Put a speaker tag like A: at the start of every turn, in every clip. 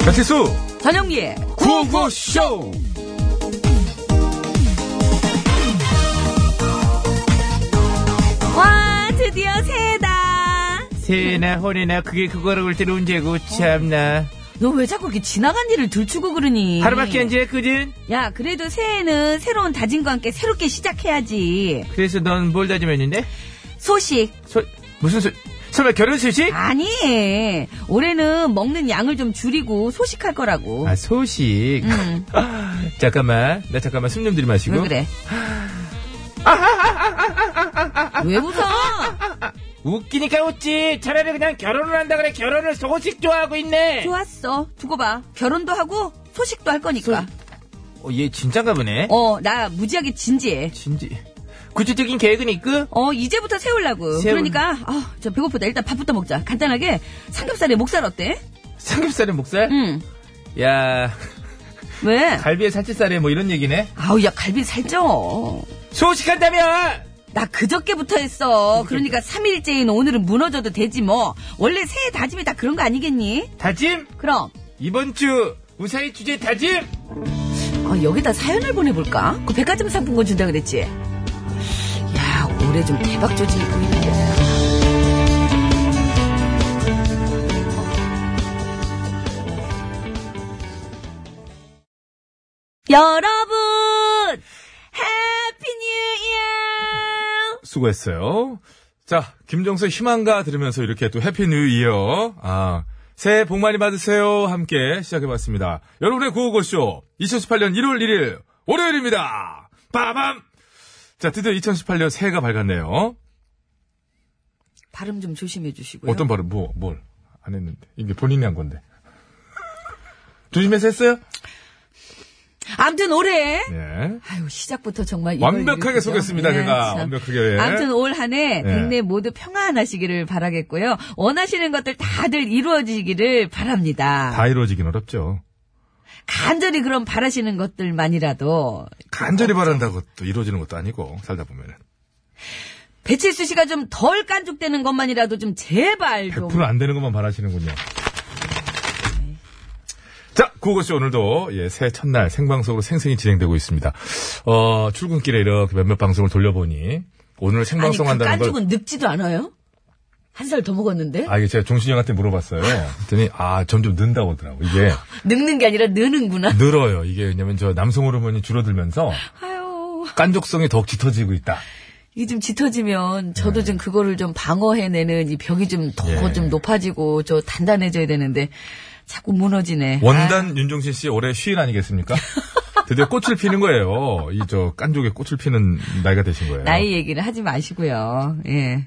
A: 배칠수
B: 전영미의
A: 구호구쇼
B: 와 드디어 새해다
C: 새나 혼이나 그게 그거라고 할 때는 언제고 참나
B: 너 왜 자꾸 이렇게 지나간 일을 들추고 그러니
C: 하루밖에 안 지났거든
B: 야 그래도 새해는 새로운 다짐과 함께 새롭게 시작해야지
C: 그래서 넌 뭘 다짐했는데
B: 소식
C: 소, 무슨 소 설마 결혼 소식
B: 아니 올해는 먹는 양을 좀 줄이고 소식할 거라고
C: 아 소식 아,
B: 음,
C: 잠깐만 나 잠깐만 숨 좀 들이마시고
B: 왜 그래
C: 아,
B: 왜 웃어
C: 웃기니까 웃지 차라리 그냥 결혼을 한다 그래 결혼을 소식 좋아하고 있네
B: 좋았어 두고 봐 결혼도 하고 소식도 할 거니까
C: 어, 얘 진짠가 보네
B: 어 나 무지하게 진지해
C: 진지 구체적인 계획은 있고
B: 어, 이제부터 세우려고.
C: 세울-
B: 그러니까, 아, 저 배고프다. 일단 밥부터 먹자. 간단하게 삼겹살에 목살 어때?
C: 삼겹살에 목살
B: 응.
C: 야
B: 왜?
C: 갈비에 살치살에 뭐 이런 얘기네
B: 아우, 야, 갈비 살쪄.
C: 소식한다며
B: 나 그저께부터 했어. 그러니까 3일째인 오늘은 무너져도 되지 뭐. 원래 새해 다짐이 다 그런 거 아니겠니?
C: 다짐
B: 그럼,
C: 이번 주 우사의 주제 다짐
B: 어, 여기다 사연을 보내볼까? 그 백화점 상품권 준다 그랬지? 야, 올해 좀 대박 조짐이 보이는데. 여러분! 해피 뉴 이어!
A: 수고했어요. 자, 김정수 희망가 들으면서 이렇게 또 해피 뉴 이어. 아, 새해 복 많이 받으세요. 함께 시작해봤습니다. 여러분의 구호고쇼 2018년 1월 1일 월요일입니다. 빠밤! 자, 드디어 2018년 새해가 밝았네요.
B: 발음 좀 조심해 주시고요.
A: 어떤 발음, 뭐, 뭘. 안 했는데. 이게 본인이 한 건데. 조심해서 했어요?
B: 암튼 올해
A: 예.
B: 아유 시작부터 정말 이걸
A: 완벽하게
B: 이렇게죠.
A: 속였습니다,
B: 예,
A: 제가.
B: 참.
A: 완벽하게.
B: 아무튼 올 한해
A: 네.
B: 국내 모두 평안하시기를 바라겠고요. 원하시는 것들 다들 이루어지기를 바랍니다.
A: 다 이루어지긴 어렵죠.
B: 간절히 그럼 바라시는 것들만이라도
A: 간절히 바란다고 또 이루어지는 것도 아니고, 살다 보면은.
B: 배칠수 씨가 좀 덜 깐족되는 것만이라도 좀 제발 좀
A: 100%안 되는 것만 바라시는군요.
B: 네.
A: 자, 구호고쇼 오늘도 예, 새해 첫날 생방송으로 생생히 진행되고 있습니다. 어, 출근길에 이렇게 몇몇 방송을 돌려보니 오늘
B: 아니 그
A: 생방송한다는 걸
B: 깐족은 늙지도 않아요? 한 살 더 먹었는데
A: 아, 이게 제가 종신이 형한테 물어봤어요. 그랬더니 아, 점점 는다고 하더라고. 이게
B: 늙는 게 아니라 느는구나.
A: 늘어요. 이게 왜냐면 저 남성 호르몬이 줄어들면서
B: 아유
A: 깐족성이 더욱 짙어지고 있다.
B: 이게 좀 짙어지면 저도 좀 그거를 좀 방어해내는 이 벽이 좀 더 좀
A: 네. 예.
B: 높아지고 저 단단해져야 되는데 자꾸 무너지네. 아,
A: 원단 윤종신 씨 올해 쉬인 아니겠습니까? 드디어 꽃을 피는 거예요. 이 저 깐족의 꽃을 피는 나이가 되신 거예요.
B: 아, 나이 얘기를 하지 마시고요. 예.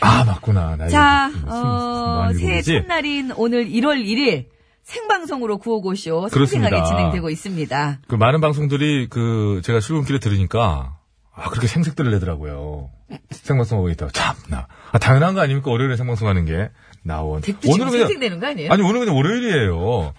A: 아 맞구나. 나이
B: 자,
A: 스물-
B: 어,
A: 스물일곱
B: 새해
A: 이지?
B: 첫날인 오늘 1월 1일 생방송으로 구호고쇼
A: 그렇습니다.
B: 생생하게 진행되고 있습니다.
A: 그 많은 방송들이 그 제가 출근길에 들으니까 아 그렇게 생색들을 내더라고요. 생방송 하고 있다고 참나. 아, 당연한 거 아닙니까? 월요일에 생방송 하는 게 나온.
B: 덱도 지금 생생되는 거 아니에요?
A: 아니 오늘 그냥 월요일이에요.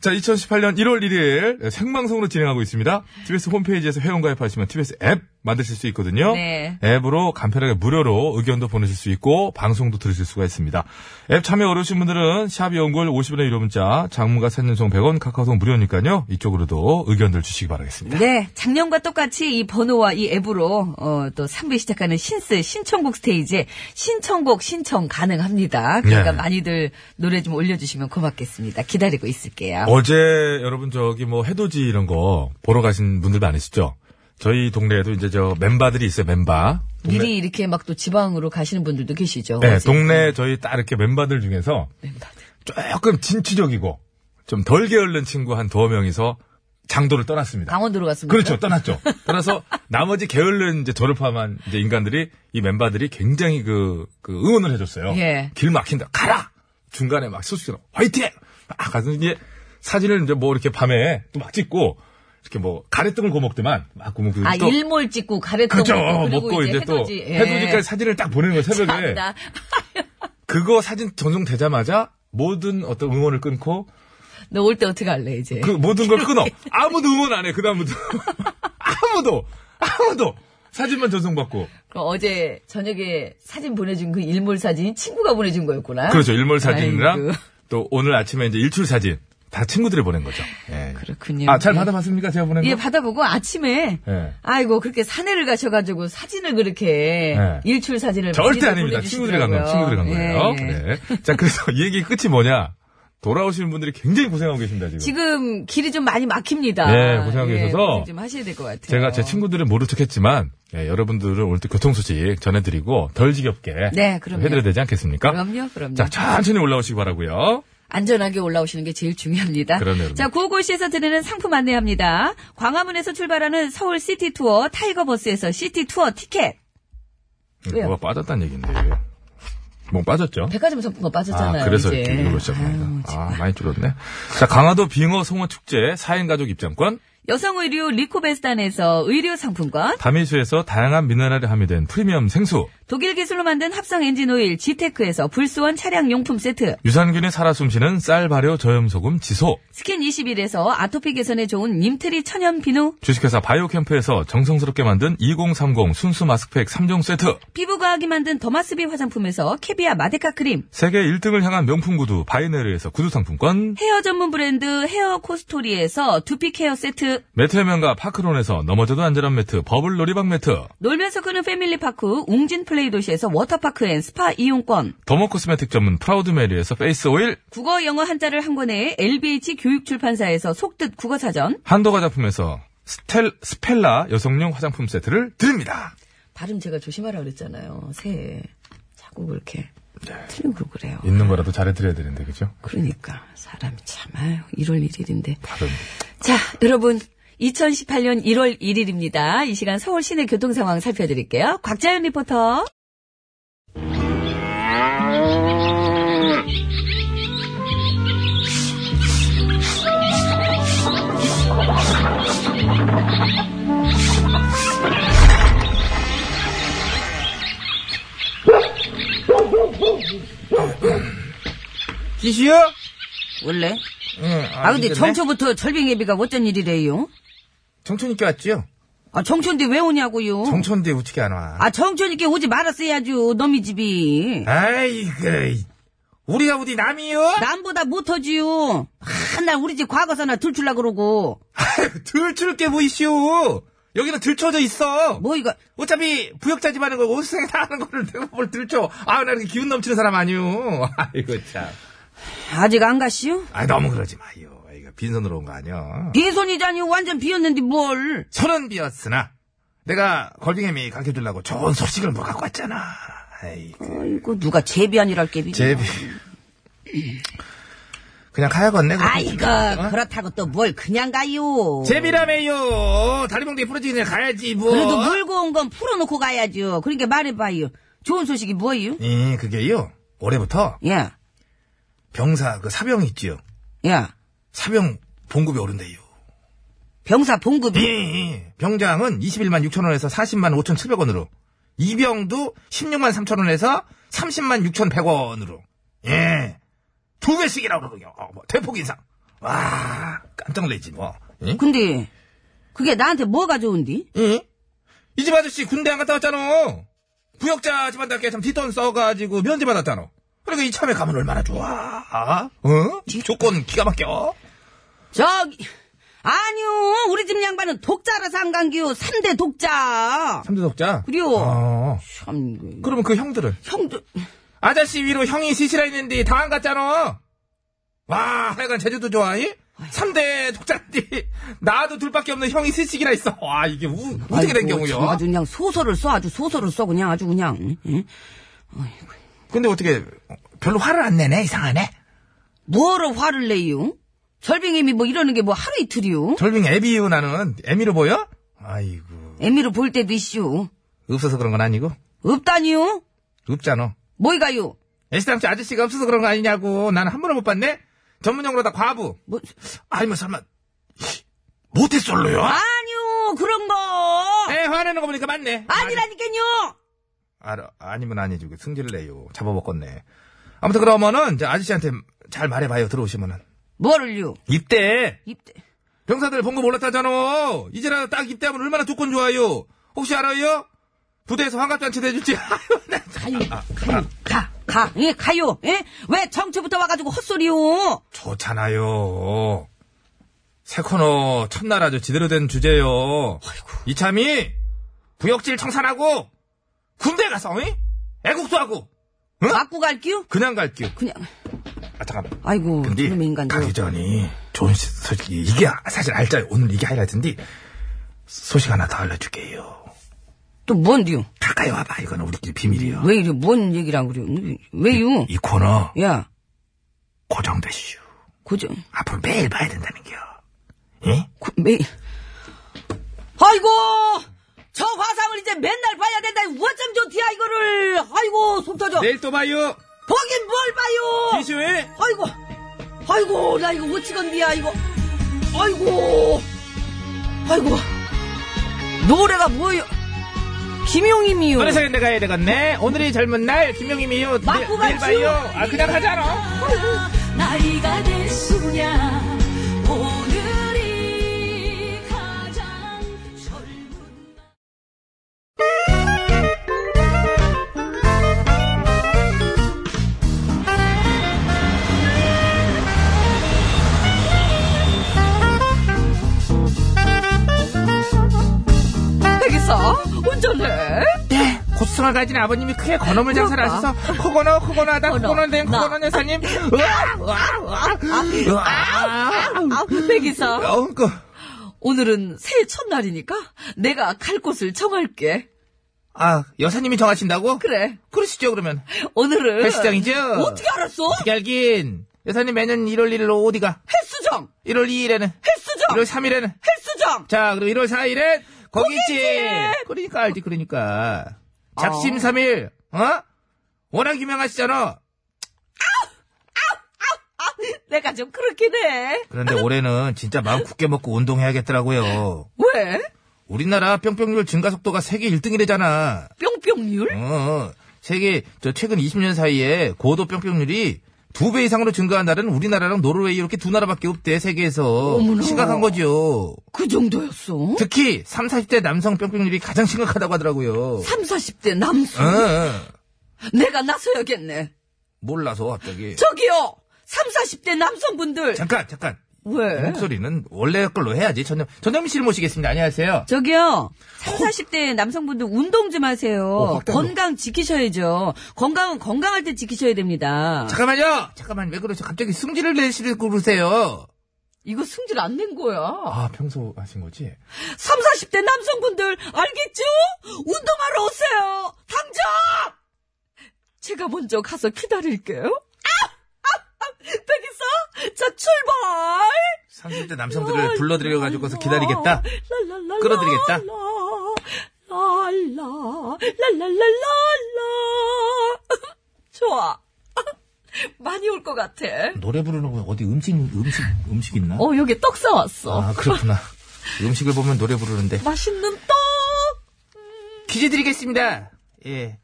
A: 자, 2018년 1월 1일 생방송으로 진행하고 있습니다. TBS 홈페이지에서 회원 가입하시면 TBS 앱 만드실 수 있거든요.
B: 네.
A: 앱으로 간편하게 무료로 의견도 보내실 수 있고 방송도 들으실 수가 있습니다. 앱 참여 어려우신 분들은 샵 연골 50원의 유료 문자, 장문과 산년송 100원, 카카오송 무료니까요. 이쪽으로도 의견들 주시기 바라겠습니다.
B: 네, 작년과 똑같이 이 번호와 이 앱으로 어, 또 3부 시작하는 신스 신청곡 스테이지에 신청곡 신청 가능합니다. 그러니까
A: 네.
B: 많이들 노래 좀 올려주시면 고맙겠습니다. 기다리고 있을게요.
A: 어제 여러분 저기 뭐 해돋이 이런 거 보러 가신 분들 많으시죠? 저희 동네에도 이제 저 멤바들이 있어요. 멤바. 동네-
B: 미리 이렇게 막 또 지방으로 가시는 분들도 계시죠.
A: 네,
B: 어제. 네,
A: 동네 저희 딱 이렇게 멤버들 중에서 조금 진취적이고 좀 덜 게을른 친구 한 두어 명이서 장도를 떠났습니다.
B: 강원도로 갔습니다.
A: 그렇죠. 떠났죠. 떠나서 나머지 게을른 이제 저를 포함한 이제 인간들이 이 멤버들이 굉장히 그, 그 응원을 해줬어요.
B: 예.
A: 길 막힌다. 가라! 중간에 막 소식으로 화이팅! 막 가서 이제 사진을 이제 뭐 이렇게 밤에 또 막 찍고 이렇게 뭐 가래떡을 고먹더만 막 고먹고
B: 아,
A: 또
B: 일몰 찍고 가래떡
A: 그렇죠.
B: 먹고, 그리고
A: 먹고 이제, 또
B: 해돋이. 예.
A: 해돋이까지 사진을 딱 보내는 거예요. 새벽에.
B: 참나.
A: 그거 사진 전송되자마자 모든 어떤 응원을 끊고
B: 너 올 때 어떻게 할래 이제?
A: 그 모든 걸 끊어. 아무도 응원 안 해. 그 다음부터 아무도 아무도 사진만 전송받고
B: 그럼 어제 저녁에 사진 보내준 그 일몰 사진이 친구가 보내준 거였구나.
D: 그렇죠.
A: 그렇죠. 일몰 사진이랑
B: 아이고.
A: 또 오늘 아침에 이제 일출 사진
D: 다 친구들이 보낸 거죠. 예.
B: 그렇군요.
D: 아, 잘
B: 예.
D: 받아봤습니까? 제가 보낸 거?
B: 예, 받아보고 아침에
D: 뭐? 예.
B: 아이고 그렇게 산에를 가셔가지고 사진을 그렇게
D: 네.
B: 일출 사진을
D: 절대
B: 많이들
D: 아닙니다. 친구들이 간 거예요. 친구들이
B: 보내주시더라고요.
D: 간 거예요.
B: 예, 예.
D: 네. 자, 그래서 이 얘기 끝이 뭐냐? 돌아오시는 분들이 굉장히 고생하고 계십니다, 지금.
B: 지금 길이 좀 많이 막힙니다.
D: 네, 고생하고
B: 예,
D: 계셔서
B: 고생 좀 하셔야 될 것 같아요.
D: 제가 제 친구들은 모른 척했지만 예, 여러분들은 오늘 또 교통 소식 전해드리고 덜 지겹게
B: 네, 그럼요.
D: 해드려야 되지 않겠습니까?
B: 그럼요, 그럼요.
D: 자, 천천히 올라오시기 바라고요.
B: 안전하게 올라오시는 게 제일 중요합니다.
D: 그러네요, 그러네요.
B: 자, 구호고시에서 드리는 상품 안내합니다. 광화문에서 출발하는 서울 시티 투어 타이거 버스에서 시티 투어 티켓. 왜요?
D: 뭐가 빠졌다는 얘기인데. 뭐 빠졌죠?
B: 백화점 상품권 빠졌잖아요.
D: 아, 그래서
B: 이제.
D: 이렇게 읽은
B: 아유,
D: 것이었습니다.
B: 정말.
D: 아, 많이 줄었네. 자, 강화도 빙어 송어 축제 4인 가족 입장권,
B: 여성 의류 리코베스탄에서 의류 상품권,
D: 다미수에서 다양한 미네랄이 함유된 프리미엄 생수,
B: 독일 기술로 만든 합성 엔진 오일 지테크에서 불수원 차량 용품 세트,
D: 유산균이 살아 숨쉬는 쌀 발효 저염 소금 지소,
B: 스킨 21에서 아토피 개선에 좋은 님트리 천연 비누,
D: 주식회사 바이오캠프에서 정성스럽게 만든 2030 순수 마스크팩 3종 세트,
B: 피부과학이 만든 더마스비 화장품에서 캐비아 마데카 크림,
D: 세계 1등을 향한 명품 구두 바이네르에서 구두 상품권,
B: 헤어 전문 브랜드 헤어 코스토리에서 두피 케어 세트,
D: 매트의 명가 파크론에서 넘어져도 안전한 매트 버블 놀이방 매트,
B: 놀면서 크는 패밀리파크, 웅진 플레이 도시에서 워터파크 앤 스파 이용권,
D: 더머 코스메틱 전문 프라우드 메리에서 페이스 오일,
B: 국어 영어 한자를 한 권에 LBH 교육출판사에서 속뜻 국어사전,
D: 한도가 작품에서 스텔, 스펠라 여성용 화장품 세트를 드립니다.
B: 발음 제가 조심하라 그랬잖아요. 새해 자꾸 그렇게 틀리고 그러고 그래요.
D: 있는 거라도 잘해드려야 되는데, 그죠?
B: 그러니까 사람이 참 아유 1월 1일인데
D: 발음.
B: 자 여러분 2018년 1월 1일입니다. 이 시간 서울 시내 교통 상황 살펴드릴게요. 곽자연 리포터.
A: 지시요?
B: 원래?
A: 응.
B: 아, 근데 정초부터 절빙예비가 어쩐 일이래요?
A: 청춘이 껴왔지요?
B: 아 정초인데 왜 오냐고요?
A: 청춘대 우측에 안 와.
B: 아 정초니까 오지 말았어야죠. 너미 집이.
A: 아이, 그, 우리가 어디 남이요?
B: 남보다 못하지요. 맨날 우리 집 과거사나 들출라 그러고.
A: 들추게 보이시오. 여기는 들춰져 있어.
B: 뭐 이거
A: 어차피 부역자 집안인 거고 옷생에 다 하는 거를 내가 뭘 들춰. 아, 나 이렇게 기운 넘치는 사람 아니오. 아이고, 참.
B: 아직 안 갔시오?
A: 아, 너무 그러지 마요. 이거 빈손으로 온 거 아니야.
B: 빈손이자니 완전 비었는데 뭘.
A: 손은 비었으나 내가 걸빙햄이 가르쳐주려고 좋은 소식을 뭐 갖고 왔잖아. 아이고.
B: 아이고 누가 제비 아니랄 게비.
A: 제비. 그냥 가야겠네. 그럼.
B: 아이고
A: 어?
B: 그렇다고 또 뭘 그냥 가요.
A: 제비라며요. 다리봉대 부러지기 전에 가야지 뭐.
B: 그래도 물고 온 건 풀어놓고 가야죠. 그러니까 말해봐요. 좋은 소식이 뭐예요?
A: 예, 그게요. 올해부터
B: 예,
A: 병사 그 사병 있지요.
B: 예.
A: 사병 봉급이 오른대요.
B: 병사
A: 예,
B: 봉급이
A: 예. 병장은 21만 6천 원에서 40만 5천 7백 원으로. 이병도 16만 3천 원에서 30만 6천 100 원으로. 예. 두 배씩이라고 그러요. 어, 뭐 대폭 인상. 와, 깜짝 놀랐지 뭐. 예?
B: 근데 그게 나한테 뭐가 좋은디?
A: 예? 이 집 아저씨 군대 안 갔다 왔잖아. 부역자 집안답게 참 뒷돈 써가지고 면제 받았잖아. 그러니까 이참에 가면 얼마나 좋아. 아? 어? 조건 기가 막혀.
B: 저기 아니요 우리 집 양반은 독자라서 안 간기요. 3대 독자.
A: 3대 독자?
B: 그래요.
A: 어.
B: 참 이거
A: 그러면 그 형들은?
B: 형들
A: 아저씨 위로 형이 시시라 했는데 다 안 갔잖아. 와, 하여간 제주도 좋아, 이? 3대 독자띠. 나도 둘밖에 없는 형이 시식이라 있어. 와, 이게 우, 어떻게 된
B: 아이고, 참
A: 경우요?
B: 아주 그냥 소설을 써 아주 소설을 써 그냥 아주 그냥. 응? 응?
A: 근데 어떻게, 별로 화를 안 내네, 이상하네.
B: 뭐로 화를 내요? 절빙님이 뭐 이러는 게 뭐 하루 이틀이요?
A: 절빙 애비유, 나는. 애미로 보여? 아이고.
B: 애미를 볼 때도 있슈.
A: 없어서 그런 건 아니고.
B: 없다니요?
A: 없잖아.
B: 뭐이가요?
A: 애시당초 아저씨가 없어서 그런 거 아니냐고. 나는 한 번을 못 봤네? 전문용어로 다 과부.
B: 뭐,
A: 아니면 설마, 모태솔로요?
B: 아니요, 그런 거!
A: 에, 화내는 거 보니까 맞네.
B: 아니라니깐요!
A: 알아, 아니면 아니지. 그 승질을 내요. 잡아먹겠네. 아무튼 그러면은, 이제 아저씨한테 잘 말해봐요. 들어오시면은.
B: 뭐를요?
A: 입대!
B: 입대.
A: 병사들 봉급 올랐다잖아! 이제라도 딱 입대하면 얼마나 조건 좋아요! 혹시 알아요? 부대에서 환갑잔치 대줄지. 아유, 나 참. 아!
B: 가요, 가요, 가, 가, 예, 가요, 예? 왜 정초부터 와가지고 헛소리요?
A: 좋잖아요. 새 코너 첫날 아주 제대로 된 주제요. 이참이 부역질 청산하고 군대 가서 어이? 애국도 하고
B: 맞고 갈게요?
A: 그냥 갈게요.
B: 그냥,
A: 아 잠깐만.
B: 아이고,
A: 근데
B: 저놈의 뭐 인간들.
A: 가기 전에 좋은 시- 솔직히 이게 사실 알짜요. 오늘 이게 하이라이트인데 소식 하나 더 알려줄게요.
B: 또 뭔데요?
A: 가까이 와봐. 이건 우리끼리 비밀이요.
B: 왜 이래? 뭔 얘기랑 그래요? 왜요?
A: 이 코너
B: 야,
A: 고정되시오.
B: 고정,
A: 앞으로 매일 봐야 된다는겨. 예?
B: 고, 매, 아이고! 저 화상을 이제 맨날 봐야 된다. 어쩜 좋디야, 이거를. 아이고, 속 터져.
A: 내일 또 봐요.
B: 보긴 뭘 봐요!
A: 이슈에
B: 아이고, 아이고, 나 이거 어찌건디야, 이거. 아이고, 아이고. 노래가 뭐예요? 김용임이요.
A: 노래사연 내가 해야 되겠네. 오늘이 젊은 날 김용임이요. 내-
B: 맞고
A: 내일
B: 갈지요.
A: 봐요. 아 그냥 하잖아.
E: 나이가 됐으냐 오늘이 가장 젊은
B: 백이사, 운전해.
A: 네. 고수성을 가진 아버님이 크게 건어물 장사를
B: 부럽다.
A: 하셔서 코건어 코건어 하다
B: 건어.
A: 코건어 된
B: 나.
A: 코건어 여사님. 으아, 으아, 으아, 으아.
B: 아, 백이사.
A: 어, 그,
B: 오늘은 새해 첫날이니까 내가 갈 곳을 정할게.
A: 아, 여사님이 정하신다고?
B: 그래.
A: 그러시죠, 그러면.
B: 오늘은.
A: 헬스장이죠?
B: 어떻게 알았어?
A: 어떻게 알긴. 여사님 매년 1월 1일로 어디가?
B: 헬스장!
A: 1월 2일에는,
B: 헬스장!
A: 1월 3일에는,
B: 헬스장!
A: 자, 그리고 1월 4일엔 거기지.
B: 거기지.
A: 그러니까 알지, 그러니까. 작심
B: 어.
A: 삼일 어? 워낙 유명하시잖아.
B: 아, 내가 좀 그렇긴 해.
A: 그런데 올해는 진짜 마음 굳게 먹고 운동해야겠더라고요.
B: 왜?
A: 우리나라 뿅뿅률 증가 속도가 세계 1등이래잖아.
B: 뿅뿅률?
A: 어, 세계 저 최근 20년 사이에 고도 뿅뿅률이 두 배 이상으로 증가한 나라는 우리나라랑 노르웨이 이렇게 두 나라밖에 없대 세계에서
B: 어머나.
A: 심각한 거죠.
B: 그 정도였어.
A: 특히 3, 40대 남성 뿅뿅률이 가장 심각하다고 하더라고요.
B: 3, 40대 남성.
A: 어, 어.
B: 내가 나서야겠네.
A: 몰라서 갑자기.
B: 저기요! 3, 40대 남성분들.
A: 잠깐 잠깐.
B: 왜?
A: 어? 목소리는 원래 걸로 해야지. 전영 전영미 씨를 모시겠습니다. 안녕하세요.
B: 저기요. 3, 40대 남성분들 운동 좀 하세요.
A: 어, 확 떨려.
B: 건강 지키셔야죠. 건강은 건강할 때 지키셔야 됩니다.
A: 잠깐만요. 잠깐만 왜 그러세요? 갑자기 승질을 내시고 그러세요.
B: 이거 승질 안 낸 거야.
A: 아 평소 하신 거지?
B: 3, 40대 남성분들 알겠죠? 운동하러 오세요. 당장! 제가 먼저 가서 기다릴게요. 아! 아! 아! 백이사, 자 출발!
A: 30대 남성들을 불러들여 가지고서 기다리겠다. 끌어들이겠다.
B: 랄랄랄랄라. 좋아. 많이 올 것 같아.
A: 노래 부르는 거 어디 음식 음식 음식 있나?
B: 어, 여기 떡 사왔어.
A: 아 그렇구나. 음식을 보면 노래 부르는데.
B: 맛있는 떡!
A: 퀴즈 드리겠습니다. 예.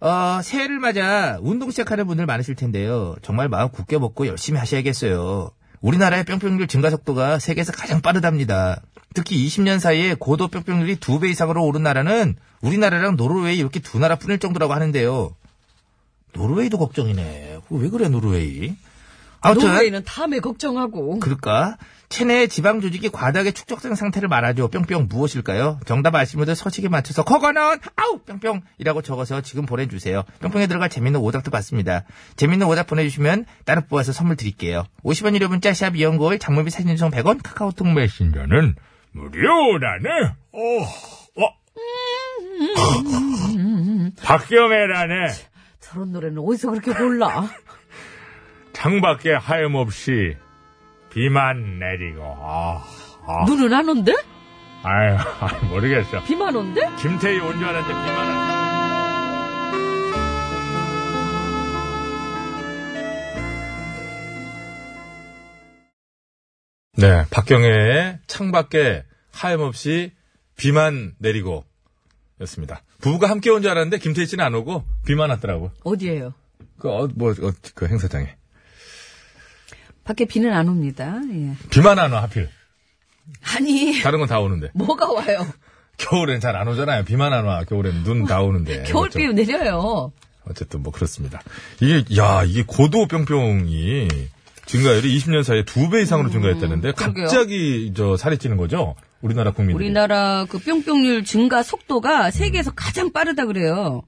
A: 어, 새해를 맞아 운동 시작하는 분들 많으실 텐데요. 정말 마음 굳게 먹고 열심히 하셔야겠어요. 우리나라의 뿅뿅률 증가 속도가 세계에서 가장 빠르답니다. 특히 20년 사이에 고도 뿅뿅률이 두 배 이상으로 오른 나라는 우리나라랑 노르웨이 이렇게 두 나라뿐일 정도라고 하는데요. 노르웨이도 걱정이네. 그거 왜 그래 노르웨이? 아무튼
B: 노르웨이는 다음에 걱정하고.
A: 그럴까? 체내의 지방 조직이 과다하게 축적된 상태를 말하죠. 뿅뿅 무엇일까요? 정답 아시는 분들 서식에 맞춰서 커거는 아우 뿅뿅이라고 적어서 지금 보내주세요. 뿅뿅에 들어갈 재밌는 오답도 받습니다. 재밌는 오답 보내주시면 따로 뽑아서 선물 드릴게요. 50원 유료 문자 샵 이연고일 장모비 사진 전송 100원 카카오톡 메신저는
D: 무료라네. 오, 어. 박경애라네.
B: 저런 노래는 어디서 그렇게 몰라?
D: 창밖에 하염없이 비만 내리고. 아, 아.
B: 눈은 안 온대?
D: 아유, 아유, 모르겠어.
B: 비만 온대?
D: 김태희 온 줄 알았는데 비만 안. 네, 박경애의 창밖에 하염없이 비만 내리고 였습니다. 부부가 함께 온 줄 알았는데 김태희 씨는 안 오고 비만 왔더라고.
B: 어디에요?
D: 그, 어, 뭐, 어, 그 행사장에.
B: 밖에 비는 안 옵니다. 예.
D: 비만 안 와, 하필.
B: 아니,
D: 다른 건 다 오는데.
B: 뭐가 와요?
D: 겨울엔 잘 안 오잖아요. 비만 안 와. 겨울엔 눈 다 오는데.
B: 겨울비 내려요.
D: 어쨌든 뭐 그렇습니다. 이게 야 이게 고도 뿅뿅이 증가율이 20년 사이에 두 배 이상으로 증가했다는데
B: 그러게요.
D: 갑자기 저 살이 찌는 거죠? 우리나라 국민들이.
B: 우리나라 그 뿅뿅률 증가 속도가 세계에서 가장 빠르다 그래요.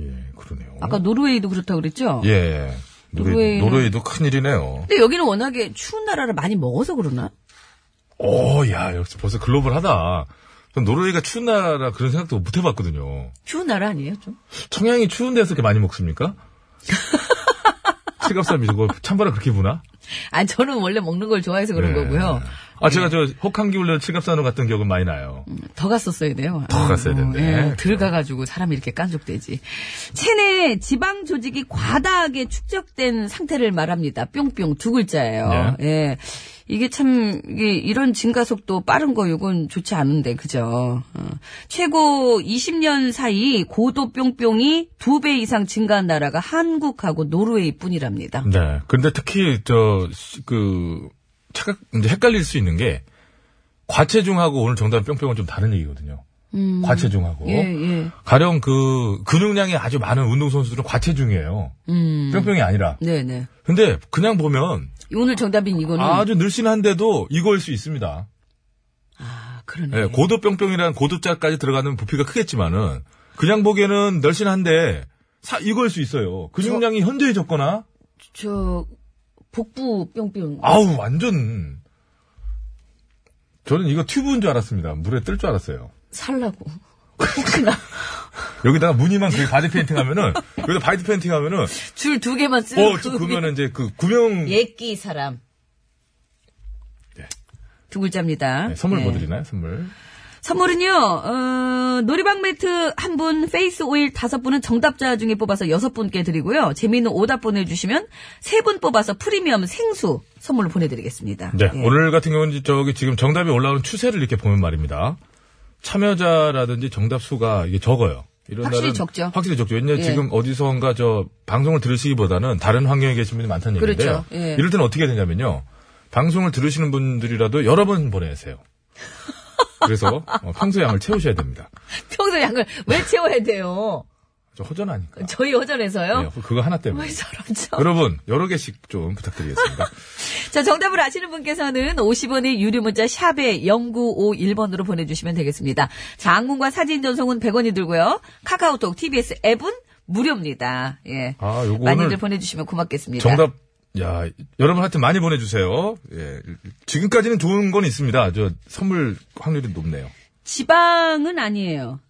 D: 예, 그러네요.
B: 아까 노르웨이도 그렇다 그랬죠?
D: 예. 노르웨이,
B: 노르웨이는-
D: 노르웨이도 큰일이네요.
B: 근데 여기는 워낙에 추운 나라를 많이 먹어서 그러나?
D: 오, 야, 역시 벌써 글로벌하다. 전 노르웨이가 추운 나라 그런 생각도 못 해봤거든요.
B: 추운 나라 아니에요, 좀?
D: 청양이 추운 데서 이렇게 많이 먹습니까? 칠갑삼이 저거 찬바람 그렇게 부나?
B: 아, 저는 원래 먹는 걸 좋아해서 그런
D: 예.
B: 거고요.
D: 아, 제가 저 혹한기 훈련 칠갑산으로 갔던 기억은 많이 나요.
B: 더 갔었어야 돼요. 예,
D: 더 갔어야 되는데.
B: 들어가가지고 사람이 이렇게 깐족되지. 체내 지방 조직이 과다하게 축적된 상태를 말합니다. 뿅뿅 두 글자예요.
D: 네.
B: 예. 이게 참, 이게 이런 증가 속도 빠른 거 이건 좋지 않은데, 그죠? 어. 최고 20년 사이 고도 뿅뿅이 두 배 이상 증가한 나라가 한국하고 노르웨이 뿐이랍니다.
D: 네. 근데 특히 저, 시- 그, 착각, 이제 헷갈릴 수 있는 게, 과체중하고 오늘 정답 뿅뿅은 좀 다른 얘기거든요.
B: 음.
D: 과체중하고.
B: 예, 예.
D: 가령 그, 근육량이 아주 많은 운동선수들은 과체중이에요.
B: 음.
D: 뿅뿅이 아니라.
B: 네네.
D: 근데 그냥 보면
B: 오늘 정답인 이거는.
D: 아주 늘씬한데도 이거일 수 있습니다.
B: 아, 그러네.
D: 예, 고도 뿅뿅이라는 고도자까지 들어가는 부피가 크겠지만은 그냥 보기에는 널씬한데 사, 이걸 수 있어요. 근육량이 현저해졌거나
B: 저 복부 뿅뿅.
D: 아우 완전 저는 이거 튜브인 줄 알았습니다. 물에 뜰 줄 알았어요.
B: 살라고. 혹시나
D: 여기다가 무늬만 그 바디 페인팅 하면은 여기다 바디 페인팅 하면은 어,
B: 줄 두 개만 쓰고
D: 어저 그러면은 이제 그 구명
B: 예끼 사람.
D: 네.
B: 두 글자입니다.
D: 네, 선물 뭐
B: 네.
D: 드리나요? 선물
B: 선물은요, 어, 놀이방 매트 한 분, 페이스 오일 다섯 분은 정답자 중에 뽑아서 여섯 분께 드리고요. 재미있는 오답 보내주시면 세 분 뽑아서 프리미엄 생수 선물로 보내드리겠습니다.
D: 네,
B: 예.
D: 오늘 같은 경우는 이제 저기 지금 정답이 올라오는 추세를 이렇게 보면 말입니다. 참여자라든지 정답 수가 이게 적어요. 이런
B: 확실히
D: 날은
B: 적죠.
D: 확실히 적죠. 왜냐 면
B: 예.
D: 지금 어디선가 저 방송을 들으시기보다는 다른 환경에 계신 분이 많다는 얘기인데 요
B: 그렇죠. 예.
D: 이럴 때는 어떻게 되냐면요. 방송을 들으시는 분들이라도 여러 번 보내세요. 그래서 어, 평소 양을 채우셔야 됩니다.
B: 평소 양을 왜 채워야 돼요?
D: 저 허전하니까.
B: 저희 허전해서요?
D: 예, 그거 하나 때문에.
B: 왜 사람 참.
D: 여러분 여러 개씩 좀 부탁드리겠습니다.
B: 자, 정답을 아시는 분께서는 50원의 유료 문자 샵에 0951번으로 보내주시면 되겠습니다. 장문과 사진 전송은 100원이 들고요. 카카오톡, TBS 앱은 무료입니다. 예.
D: 아, 요거
B: 많이들
D: 오늘
B: 보내주시면 고맙겠습니다.
D: 정답. 야, 여러분 하여튼 많이 보내주세요. 예. 지금까지는 좋은 건 있습니다. 저 선물 확률이 높네요.
B: 지방은 아니에요.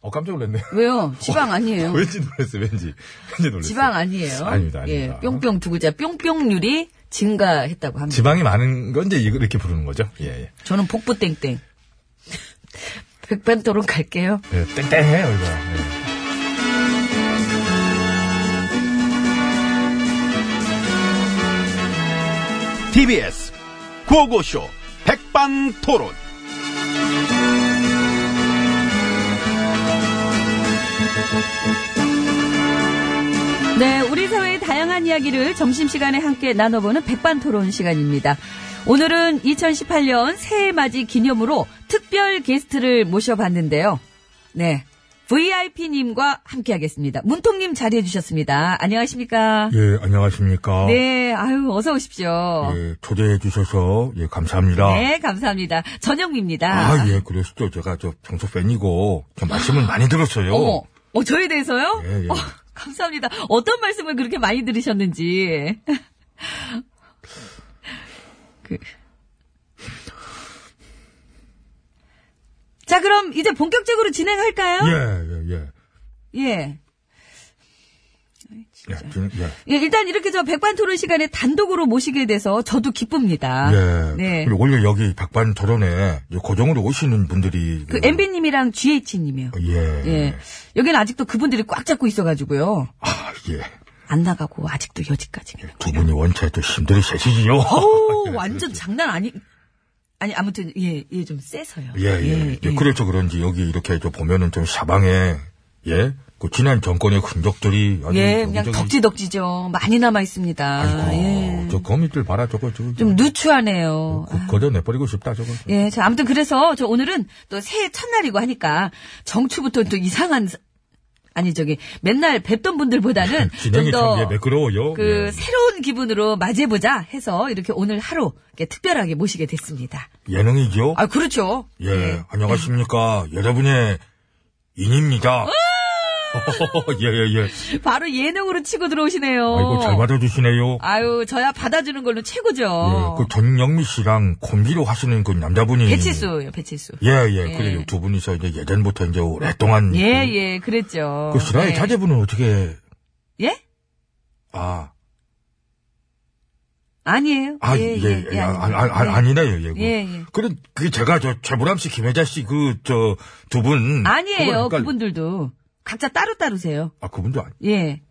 D: 어, 깜짝 놀랐네.
B: 왜요? 지방 아니에요.
D: 왠지 놀랐어요, 왠지. 왠지 놀랐어요.
B: 지방 아니에요.
D: 아닙니다, 아닙니다.
B: 예, 뿅뿅 두 글자, 뿅뿅률이 증가했다고 합니다.
D: 지방이 많은 건 이제 이거 이렇게 부르는 거죠. 예, 예.
B: 저는 복부땡땡. 백반 토론 갈게요.
D: 예, 땡땡해요, 이거. 예.
F: TBS 구호고쇼 백반토론
B: 네, 우리 사회의 다양한 이야기를 점심시간에 함께 나눠보는 백반토론 시간입니다. 오늘은 2018년 새해 맞이 기념으로 특별 게스트를 모셔봤는데요. 네, VIP님과 함께하겠습니다. 문통님 자리해주셨습니다. 안녕하십니까?
A: 예, 안녕하십니까.
B: 네, 아유, 어서 오십시오.
A: 예, 초대해 주셔서 예, 감사합니다.
B: 네, 감사합니다. 전영미입니다.
A: 아, 예, 그랬어요. 제가 저 평소 팬이고 좀 말씀을 많이 들었어요.
B: 어머, 어, 저에 대해서요?
A: 예, 예.
B: 어, 감사합니다. 어떤 말씀을 그렇게 많이 들으셨는지. 그. 자, 그럼 이제 본격적으로
A: 예,
B: 진행할까요?
A: 예, 예.
B: 예. 예.
A: 예, 진- 예.
B: 일단 이렇게 저 백반 토론 시간에 단독으로 모시게 돼서 저도 기쁩니다.
A: 예.
B: 네.
A: 그리고 원래 여기 백반 토론에 이제 고정으로 오시는 분들이.
B: 그
A: 예.
B: MB님이랑 GH님이요.
A: 예.
B: 예. 여기는 아직도 그분들이 꽉 잡고 있어가지고요.
A: 아, 예.
B: 안 나가고 아직도 여지까지는.
A: 두 분이 원체 또 힘들이 세시지요.
B: 오, 완전 장난 아니. 아니 아무튼 예, 예 좀 세서요.
A: 예, 예. 예, 그래서 그런지 여기 이렇게 저 보면은 좀 사방에, 예? 그 지난 정권의 흔적들이 아주.
D: 뭐
B: 예, 그냥
A: 여기저기-
B: 덕지덕지죠. 많이 남아 있습니다.
A: 아이고,
B: 예.
A: 저 거미줄 봐라, 저거, 저거.
B: 좀 누추하네요.
A: 거- 거저내버리고 싶다, 저거.
B: 예, 자 아무튼 그래서 저 오늘은 또 새해 첫날이고 하니까 정추부터 또 이상한 사- 아니 저기 맨날 뵙던 분들보다는
D: 진행이 참 예,
B: 좀더
D: 매끄러워요.
B: 그
D: 예.
B: 새로운 기분으로 맞이해보자 해서 이렇게 오늘 하루 이렇게 특별하게 모시게 됐습니다.
D: 예능이죠?
B: 아 그렇죠.
D: 예, 안녕하십니까. 여러분의 인입니다. 예, 예, 예.
B: 바로 예능으로 치고 들어오시네요.
D: 아이고, 잘 받아주시네요.
B: 아유, 저야 받아주는 걸로 최고죠.
D: 예, 그 전영미 씨랑 콤비로 하시는 그 남자분이.
B: 배치수요, 배치수.
D: 예, 예.
B: 예.
D: 그래요. 두 분이서 이제 예전부터 이제 오랫동안.
B: 예,
D: 그-
B: 예, 그랬죠.
D: 그 신화의
B: 예.
D: 자제분은 어떻게,
B: 예?
D: 아,
B: 아니에요.
D: 아, 예, 예, 아, 아,
B: 아니에요.
D: 아, 아, 아니네요, 예. 그.
B: 예, 예.
D: 그래, 그게 제가 저 최불암 씨, 김혜자 씨, 그, 저, 두 분.
B: 아니에요,
D: 그걸 헷갈려-
B: 그분들도. 각자 따로따로세요.
D: 아, 그분도 아니.
B: 예.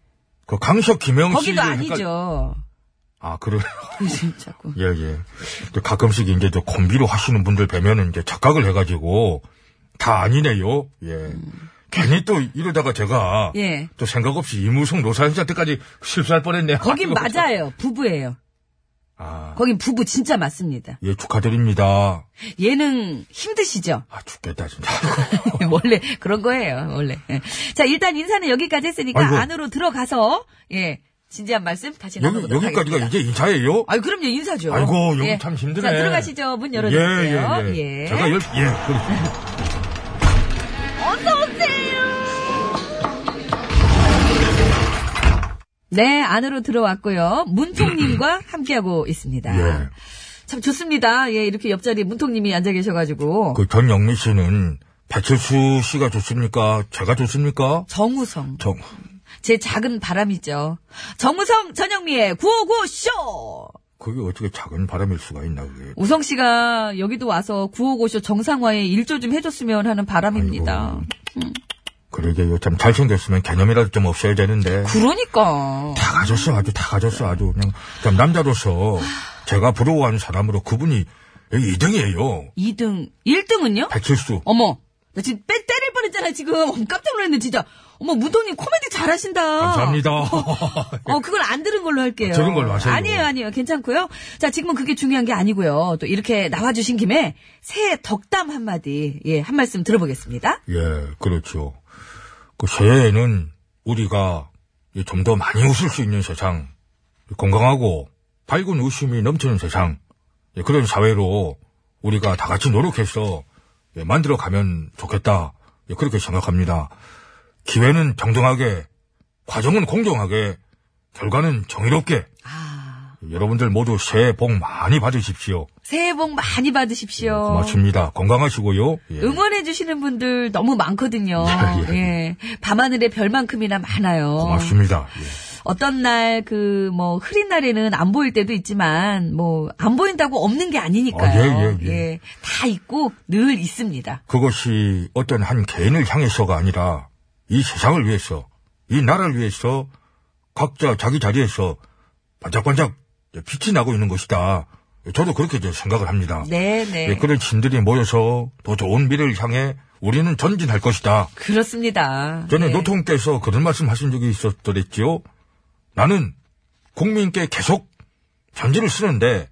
D: 그 강석, 김영 씨.
B: 거기도 아니죠.
D: 아, 그래.
B: 무슨 자꾸.
D: 예, 예. 또 가끔씩 이제 저 콤비로 하시는 분들 뵈면은 이제 착각을 해가지고 다 아니네요. 예. 괜히 또 이러다가 제가
B: 음. 예.
D: 또 생각 없이 이무성 노사연자 때까지 실수할 뻔했네요.
B: 거긴
D: 아이고.
B: 맞아요. 부부예요.
D: 아,
B: 거긴 부부 진짜 맞습니다.
D: 예, 축하드립니다.
B: 예능 힘드시죠?
D: 아, 죽겠다, 진짜.
B: 원래 그런 거예요, 원래. 예. 자, 일단 인사는 여기까지 했으니까
D: 아이고.
B: 안으로 들어가서, 예, 진지한 말씀 다시
D: 여기,
B: 나눠보도록
D: 여기까지가
B: 하겠습니다.
D: 이제 인사예요?
B: 아유, 그럼요, 인사죠.
D: 아이고, 여기 참 힘드네.
B: 예. 자, 들어가시죠. 문
D: 예,
B: 열어주세요.
D: 예, 예. 제가 열, 예, 그렇습니다.
B: 네, 안으로 들어왔고요. 문통님과 함께하고 있습니다.
D: 예.
B: 참 좋습니다. 예, 이렇게 옆자리 문통님이 앉아 계셔가지고.
D: 그 전영미 씨는 배철수 씨가 좋습니까? 제가 좋습니까?
B: 정우성.
D: 정,
B: 제 작은 바람이죠. 정우성 전영미의 955쇼!
D: 그게 어떻게 작은 바람일 수가 있나, 그게.
B: 우성 씨가 여기도 와서 955쇼 정상화에 일조 좀 해줬으면 하는 바람입니다.
D: 아이고. 그러게요. 참 잘생겼으면 개념이라도 좀 없어야 되는데.
B: 그러니까.
D: 다 가졌어, 아주 다 가졌어, 아주. 그냥, 참 남자로서 제가 부러워하는 사람으로 그분이 여기 2등이에요.
B: 2등, 1등은요?
D: 배칠수.
B: 어머. 나 지금 빼, 때릴 뻔 했잖아, 지금. 어머, 깜짝 놀랐네, 진짜. 어머, 문동님 코미디 잘하신다.
D: 감사합니다.
B: 어, 그걸 안 들은 걸로 할게요.
D: 들은 걸로 하세요.
B: 아니에요, 아니에요. 괜찮고요. 자, 지금은 그게 중요한 게 아니고요. 또 이렇게 나와주신 김에 새해 덕담 한마디, 예, 한 말씀 들어보겠습니다.
D: 예, 그렇죠. 그 새해에는 우리가 좀 더 많이 웃을 수 있는 세상, 건강하고 밝은 웃음이 넘치는 세상, 예, 그런 사회로 우리가 다 같이 노력해서 예, 만들어 가면 좋겠다. 예, 그렇게 생각합니다. 기회는 정정하게, 과정은 공정하게, 결과는 정의롭게.
B: 아,
D: 여러분들 모두 새해 복 많이 받으십시오.
B: 새해 복 많이 받으십시오.
D: 음, 고맙습니다. 건강하시고요. 예.
B: 어. 응원해주시는 분들 너무 많거든요.
D: 예, 예.
B: 예. 밤하늘의 별만큼이나 많아요.
D: 고맙습니다. 예.
B: 어떤 날, 그, 뭐, 흐린 날에는 안 보일 때도 있지만, 뭐, 안 보인다고 없는 게 아니니까요.
D: 아, 예, 예, 예.
B: 다 있고 늘 있습니다.
D: 그것이 어떤 한 개인을 향해서가 아니라 이 세상을 위해서, 이 나라를 위해서 각자 자기 자리에서 반짝반짝 빛이 나고 있는 것이다. 저도 그렇게 이제 생각을 합니다.
B: 네, 네.
D: 예, 그런 진들이 모여서 더 좋은 미래를 향해 우리는 전진할 것이다.
B: 그렇습니다.
D: 전에
B: 예.
D: 노통께서 그런 말씀 하신 적이 있었더랬지요. 나는 국민께 계속 편지를 쓰는데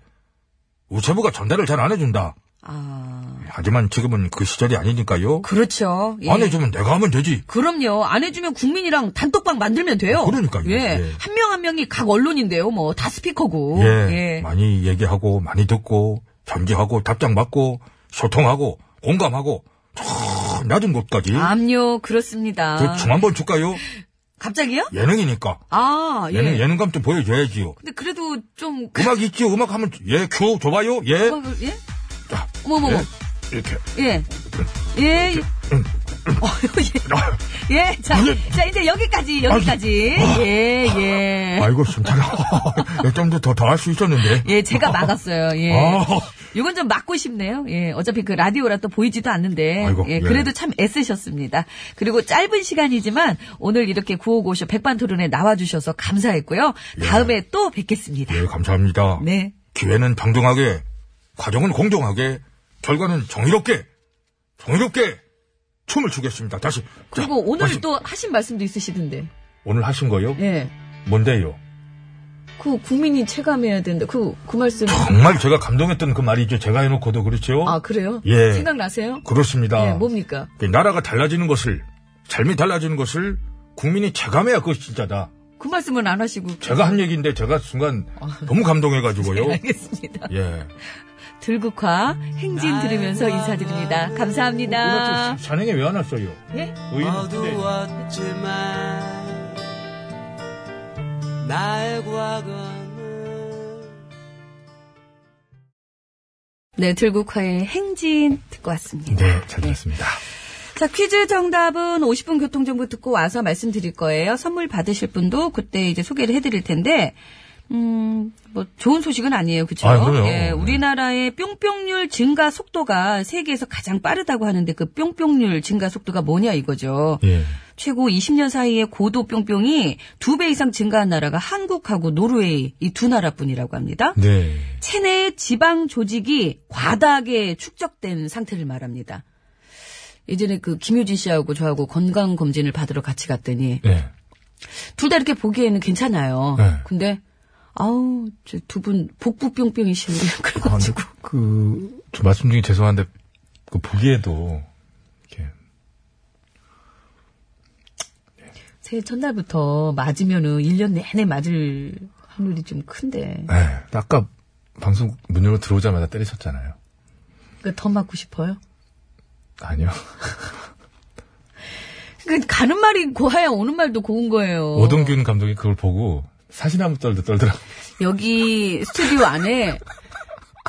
D: 우체부가 전달을 잘 안 해준다.
B: 아,
D: 하지만 지금은 그 시절이 아니니까요.
B: 그렇죠. 예.
D: 안 해주면 내가 하면 되지.
B: 그럼요. 안 해주면 국민이랑 단톡방 만들면 돼요.
D: 그러니까요.
B: 예.
D: 예.
B: 한 명 한 명이 각 언론인데요. 뭐, 다 스피커고.
D: 예, 많이 얘기하고 많이 듣고 견제하고 답장 받고 소통하고 공감하고 저 낮은 곳까지.
B: 아. 암요, 그렇습니다.
D: 저중한번 줄까요?
B: 갑자기요?
D: 예능이니까.
B: 아, 예.
D: 예능 예능감 좀 보여줘야지요.
B: 근데 그래도 좀.
D: 음악 있지 음악 하면 예큐 줘봐요 예.
B: 음악을- 예?
D: 자,
B: 어머머머.
D: 예? 이렇게. 그,
B: 예. 예. 어,
D: 아,
B: 예. 예. 자, 자, 이제 여기까지, 여기까지. 예, 예.
D: 아, 아이고 숨차라. 좀더 더 할 수 있었는데.
B: 예, 제가 막았어요. 예.
D: 아.
B: 이건 좀 막고 싶네요. 예, 어차피 그 라디오라 또 보이지도 않는데.
D: 아이고,
B: 예,
D: 예.
B: 그래도 참 애쓰셨습니다. 그리고 짧은 시간이지만 오늘 이렇게 9555쇼 백반 토론에 나와주셔서 감사했고요. 다음에 또 뵙겠습니다.
D: 예 감사합니다.
B: 네.
D: 기회는 평등하게, 과정은 공정하게, 결과는 정의롭게, 정의롭게 춤을 추겠습니다. 다시. 자,
B: 그리고 오늘
D: 다시.
B: 또 하신 말씀도 있으시던데.
D: 오늘 하신 거요?
B: 예.
D: 뭔데요?
B: 그 국민이 체감해야 된다. 그, 그 말씀.
D: 정말 제가 감동했던 그 말이죠. 제가 해놓고도 그렇죠.
B: 아, 네, 그래요?
D: 예.
B: 생각나세요?
D: 그렇습니다.
B: 예, 뭡니까?
D: 그 나라가 달라지는 것을, 삶이 달라지는 것을 국민이 재감해야 그거 진짜다.
B: 그 말씀은 안 하시고.
D: 제가 한 얘기인데 제가 순간 너무 감동해가지고요.
B: 알겠습니다.
D: 예.
B: 들국화 행진 들으면서 인사드립니다. 감사합니다.
D: 산행에 왜 안 왔어요?
B: 예?
D: 의인.
G: 어두웠지만 나의 과거는
B: 네, 들국화의 행진 듣고 왔습니다.
D: 네, 잘 들었습니다.
B: 자, 퀴즈 정답은 50분 교통정보 듣고 와서 말씀드릴 거예요. 선물 받으실 분도 그때 이제 소개를 해드릴 텐데, 음, 뭐, 좋은 소식은 아니에요. 그쵸?
D: 아, 그럼요.
B: 예, 우리나라의 뿅뿅률 증가 속도가 세계에서 가장 빠르다고 하는데 그 뿅뿅률 증가 속도가 뭐냐 이거죠.
D: 예.
B: 최고 20년 사이에 고도 뿅뿅이 2배 이상 증가한 나라가 한국하고 노르웨이 이 두 나라뿐이라고 합니다.
D: 네.
B: 체내 지방 조직이 과다하게 축적된 상태를 말합니다. 예전에 그 김효진 씨하고 저하고 건강 검진을 받으러 같이 갔더니
D: 네.
B: 둘 다 이렇게 보기에는 괜찮아요.
D: 네.
B: 근데 아우 두 분 복부 뿅뿅이신데
D: 아, 근데
B: 그래가지고
D: 그, 저 말씀 중에 죄송한데, 그 보기에도, 이렇게.
B: 새해 첫날부터 맞으면은 1년 내내 맞을 확률이 좀 큰데
D: 네. 아까 방송 문 열고 들어오자마자 때리셨잖아요.
B: 그러니까 더 맞고 싶어요?
D: 아니요.
B: 그 가는 말이 고하야 오는 말도 고운 거예요.
D: 오동균 감독이 그걸 보고 사시나무 떨도 떨더라고.
B: 여기 스튜디오 안에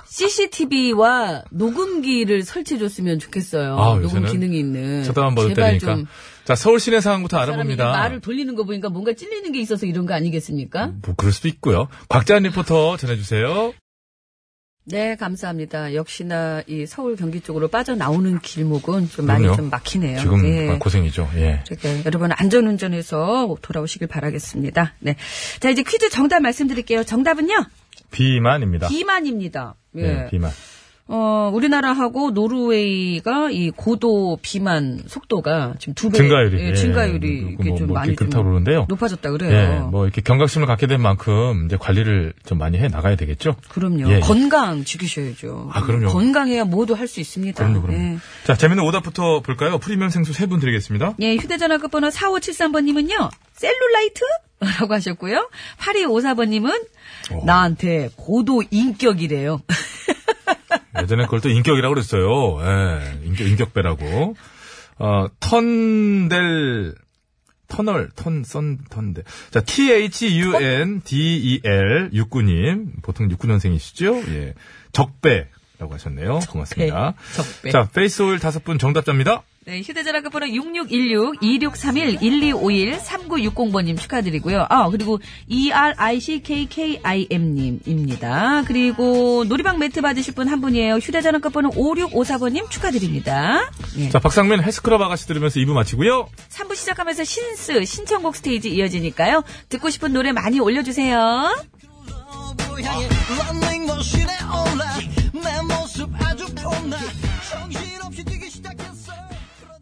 B: CCTV와 녹음기를 설치해줬으면 좋겠어요.
D: 아,
B: 녹음
D: 요새는
B: 기능이 있는.
D: 쳐다만 봐도
B: 제발
D: 때리니까.
B: 좀그
D: 자, 서울 시내 상황부터
B: 사람이
D: 알아봅니다.
B: 말을 돌리는 거 보니까 뭔가 찔리는 게 있어서 이런 거 아니겠습니까?
D: 뭐, 그럴 수도 있고요. 곽재한 리포터 전해주세요.
B: 네, 감사합니다. 역시나 이 서울 경기 쪽으로 빠져나오는 길목은 좀 많이
D: 그럼요.
B: 좀 막히네요.
D: 지금
B: 예.
D: 고생이죠. 예.
B: 그러니까 여러분 안전운전해서 돌아오시길 바라겠습니다. 네. 자, 이제 퀴즈 정답 말씀드릴게요. 정답은요?
D: 비만입니다.
B: 비만입니다. 예.
D: 네, 비만.
B: 어, 우리나라하고 노르웨이가 이 고도 비만 속도가 지금 두 배.
D: 증가율이.
B: 예,
D: 예,
B: 증가율이
D: 뭐,
B: 이게
D: 뭐,
B: 좀
D: 뭐
B: 많이
D: 이렇게
B: 좀
D: 그렇다고 그러는데요.
B: 높아졌다 그래요.
D: 예, 뭐 이렇게 경각심을 갖게 된 만큼 이제 관리를 좀 많이 해 나가야 되겠죠.
B: 그럼요.
D: 예, 예.
B: 건강 지키셔야죠.
D: 아, 그럼요.
B: 건강해야 모두 할 수 있습니다.
D: 그럼요, 그럼요.
B: 예.
D: 자, 재밌는 오답부터 볼까요? 프리미엄 생수 세 분 드리겠습니다.
B: 예, 휴대전화 끝번호 4573번님은요, 셀룰라이트? 라고 하셨고요. 8254번님은,
D: 어.
B: 나한테 고도 인격이래요.
D: 예전에 그걸 또 인격이라고 그랬어요. 예, 인격, 인격배라고. 어, 턴델, 터널, 턴, 썬, 턴델. 자, T-H-U-N-D-E-L, E 육구님. 보통 육구년생이시죠? 예. 적배라고 하셨네요. 고맙습니다.
B: 적배.
D: 자, 페이스홀 다섯 분 정답자입니다.
B: 네, 휴대전화 끝번호 6616-2631-1251-3960번님 축하드리고요. 아, 그리고 ERICKKIM님입니다. 그리고 놀이방 매트 받으실 분 한 분이에요. 휴대전화 끝번호 5654번님 축하드립니다. 네.
D: 자, 박상민 헬스클럽 아가씨 들으면서 2부 마치고요.
B: 3부 시작하면서 신스, 신청곡 스테이지 이어지니까요. 듣고 싶은 노래 많이 올려주세요.
G: 너부 향해 런닝머신에 올라 내 모습 아주 폼나 정신없이 뛰기 시작했어 그러다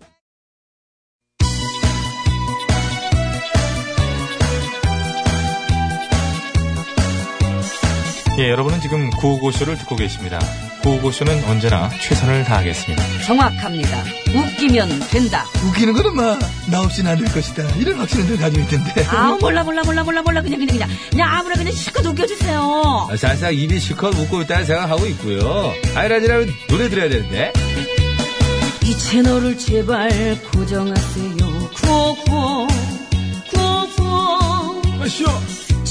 D: 예, 여러분은 지금 구호고쇼를 듣고 계십니다. 구호고쇼는 언제나 최선을 다하겠습니다.
B: 정확합니다. 웃기면 된다.
A: 웃기는 건 엄마 나 없이는 안 될 것이다 이런 확신을 늘 가지고 있던데
B: 아, 몰라, 몰라, 몰라, 몰라, 몰라. 그냥, 그냥, 그냥. 그냥 아무나 그냥 실컷 웃겨주세요.
A: 살짝 아, 입이 실컷 웃고 있다는 생각하고 있고요 아이라지라면 노래 들어야 되는데
B: 이 채널을 제발 고정하세요. 구호구호, 구호구호.
A: 어,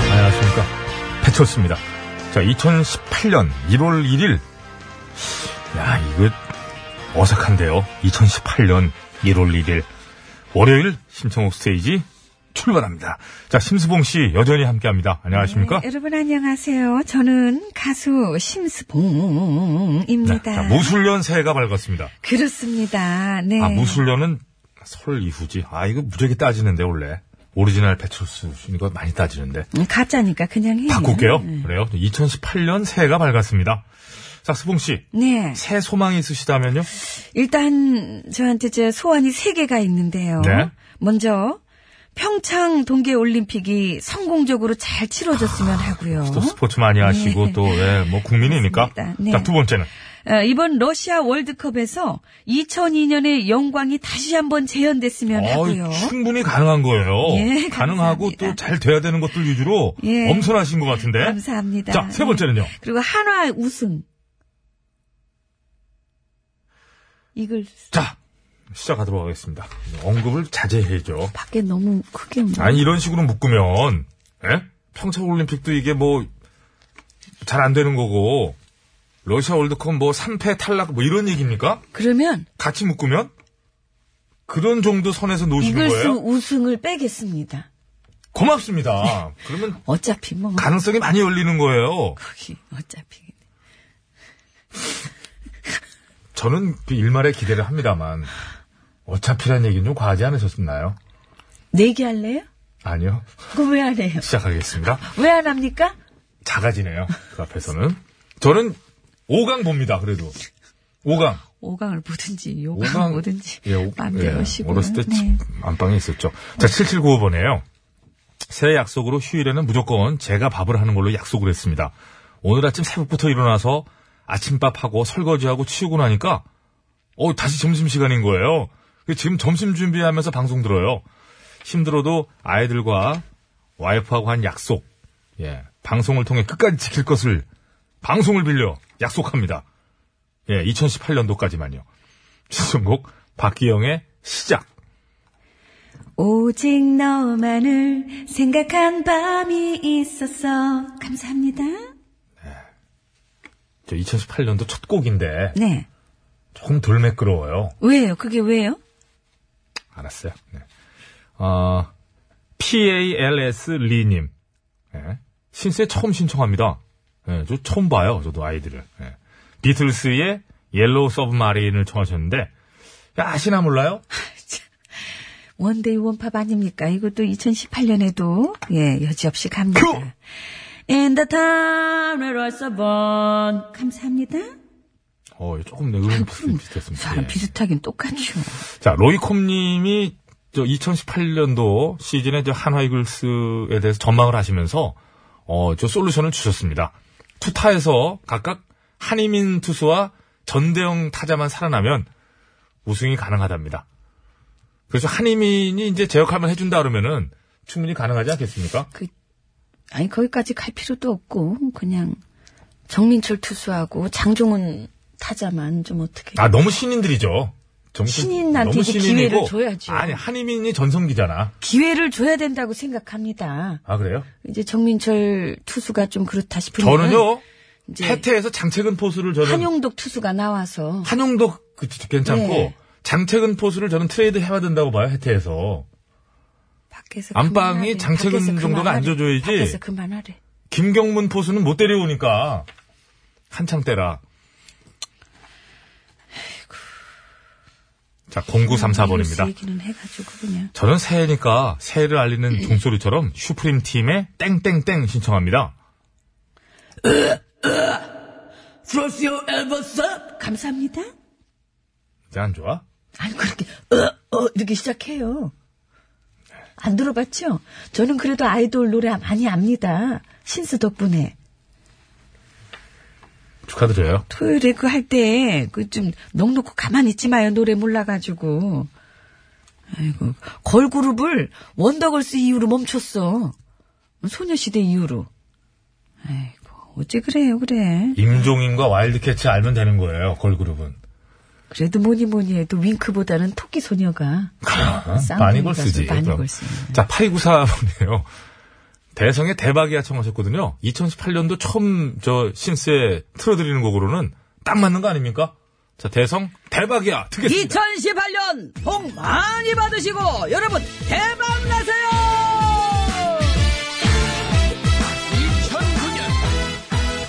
D: 아, 안녕하십니까. 배철수입니다. 자, 2018년 1월 1일. 야, 이거 어색한데요. 2018년 1월 1일. 월요일 심청옥 스테이지 출발합니다. 자, 심수봉 씨 여전히 함께 합니다. 안녕하십니까?
B: 네, 여러분 안녕하세요. 저는 가수
D: 네,
B: 심스봉입니다.
D: 자, 모술년 새해가 밝았습니다.
B: 그렇습니다. 네.
D: 아, 모술년은 설 이후지. 아, 이거 무지하게 따지는데, 원래. 오리지널 배철수 씨 이거 많이 따지는데.
B: 음, 가짜니까 그냥 해요.
D: 바꿀게요.
B: 네.
D: 그래요. 2018년 새해가 밝았습니다. 자, 수봉 씨.
B: 네.
D: 새 소망이 있으시다면요?
B: 일단 저한테 제 소원이 세 개가 있는데요.
D: 네.
B: 먼저 평창 동계 올림픽이 성공적으로 잘 치러졌으면 하고요.
D: 아, 또 스포츠 많이 하시고
B: 어? 네.
D: 또, 예, 뭐 국민이니까.
B: 맞습니다. 네.
D: 자, 두 번째는.
B: 어, 이번 러시아 월드컵에서 2002년의 영광이 다시 한번 재현됐으면 하고요.
D: 어이, 충분히 가능한 거예요.
B: 예,
D: 가능하고
B: 감사합니다.
D: 또 잘 돼야 되는 것들 위주로
B: 예.
D: 엄선하신 것 같은데.
B: 감사합니다.
D: 네? 자, 세 번째는요.
B: 그리고 한화 우승. 이걸
D: 자, 시작하도록 하겠습니다. 언급을 자제해야죠.
B: 밖에 너무 크게 온
D: 아니 이런 식으로 묶으면 예? 평창 올림픽도 이게 뭐 잘 안 되는 거고 러시아 월드컵 뭐 3패 탈락 뭐 이런 얘기입니까?
B: 그러면
D: 같이 묶으면 그런 정도 선에서 놓으신
B: 이글스
D: 거예요?
B: 우승을 빼겠습니다.
D: 고맙습니다. 그러면
B: 어차피 뭐
D: 가능성이 많이 열리는 거예요.
B: 거기 어차피
D: 저는 그 일말의 기대를 합니다만 어차피란 얘기는 좀 과하지 않으셨나요?
B: 내기할래요?
D: 아니요.
B: 그거 왜 안 해요?
D: 시작하겠습니다.
B: 왜 안 합니까?
D: 작아지네요. 그 앞에서는 저는 5강 봅니다. 그래도 5강.
B: 오강을 보든지
D: 오강.
B: 요강을 보든지
D: 예, 오-
B: 맘대로
D: 예,
B: 하시고요.
D: 어렸을 때
B: 네.
D: 집 안방에 있었죠. 자, 7795번이에요. 새해 약속으로 휴일에는 무조건 제가 밥을 하는 걸로 약속을 했습니다. 오늘 아침 새벽부터 일어나서 아침밥하고 설거지하고 치우고 나니까 어 다시 점심시간인 거예요. 그래서 지금 점심 준비하면서 방송 들어요. 힘들어도 아이들과 와이프하고 한 약속, 예, 방송을 통해 끝까지 지킬 것을 방송을 빌려 약속합니다. 예, 2018년도까지만요. 추천곡 박기영의 시작.
B: 오직 너만을 생각한 밤이 있었어. 감사합니다.
D: 저 2018년도 첫 곡인데
B: 네.
D: 조금 덜 매끄러워요.
B: 왜요? 그게 왜요?
D: 알았어요. 네. 어, PALS 리님. 예. 신세 처음 신청합니다. 예, 저 처음 봐요. 저도 아이들을. 예. 비틀스의 옐로우 서브마린을 청하셨는데, 야, 아시나 몰라요?
B: 원데이 원팝 아닙니까? 이것도 2018년에도 예 여지없이 갑니다. In the time where I was born. 감사합니다.
D: 어, 조금 내 음이 비슷- 비슷했습니다.
B: 사람
D: 예.
B: 비슷하긴 똑같죠.
D: 자, 로이콤님이 저 2018년도 시즌에 저 한화이글스에 대해서 전망을 하시면서 어, 저 솔루션을 주셨습니다. 투타에서 각각 한희민 투수와 전대영 타자만 살아나면 우승이 가능하답니다. 그래서 한희민이 이제 제 역할만 해준다 그러면은 충분히 가능하지 않겠습니까?
B: 아니 거기까지 갈 필요도 없고 그냥 정민철 투수하고 장종훈 타자만 좀 어떻게
D: 아 너무 신인들이죠. 정신-
B: 신인한테
D: 너무
B: 이제
D: 신인이고,
B: 기회를 줘야죠.
D: 아니 한희민이 전성기잖아.
B: 기회를 줘야 된다고 생각합니다.
D: 아 그래요?
B: 이제 정민철 투수가 좀 그렇다 싶으면
D: 저는요
B: 이제
D: 해태에서 장채근 포수를 저는
B: 한용덕 투수가 나와서
D: 한용도 그- 괜찮고
B: 네.
D: 장채근 포수를 저는 트레이드 해야 된다고 봐요 해태에서
B: 밖에서
D: 안방이
B: 그만하래.
D: 장채근
B: 밖에서
D: 정도는
B: 그만하래.
D: 앉아줘야지.
B: 밖에서 그만하래.
D: 김경문 포수는 못 데려오니까 한창 때라 자 0934번입니다
B: 얘기는 해가지고 그냥
D: 저는 새해니까 새해를 알리는 종소리처럼 슈프림 팀의 땡땡땡 신청합니다
B: 프로시오 엘버스 감사합니다.
D: 이제 안 좋아?
B: 아니 그렇게 어, 어 이렇게 시작해요. 안 들어봤죠? 저는 그래도 아이돌 노래 많이 압니다. 신스 덕분에
D: 축하드려요
B: 토요일에 그 할 때 그 좀 넉넉히 가만히 있지 마요 노래 몰라가지고. 아이고 걸그룹을 원더걸스 이후로 멈췄어. 소녀시대 이후로. 아이고 어째 그래요 그래.
D: 임종인과 와일드캐치 알면 되는 거예요 걸그룹은
B: 그래도 뭐니 뭐니 해도 윙크보다는 토끼 소녀가 쌍둥이가
D: 어? 많이 걸 쓰지.
B: 많이
D: 그럼.
B: 걸 쓰네.
D: 자, 8294번이에요. 대성의 대박이야 청하셨거든요. 2018년도 처음 저 신세 틀어드리는 곡으로는 딱 맞는 거 아닙니까? 자, 대성 대박이야. 특겠습니다.
B: 2018년 복 많이 받으시고 여러분 대박 나세요!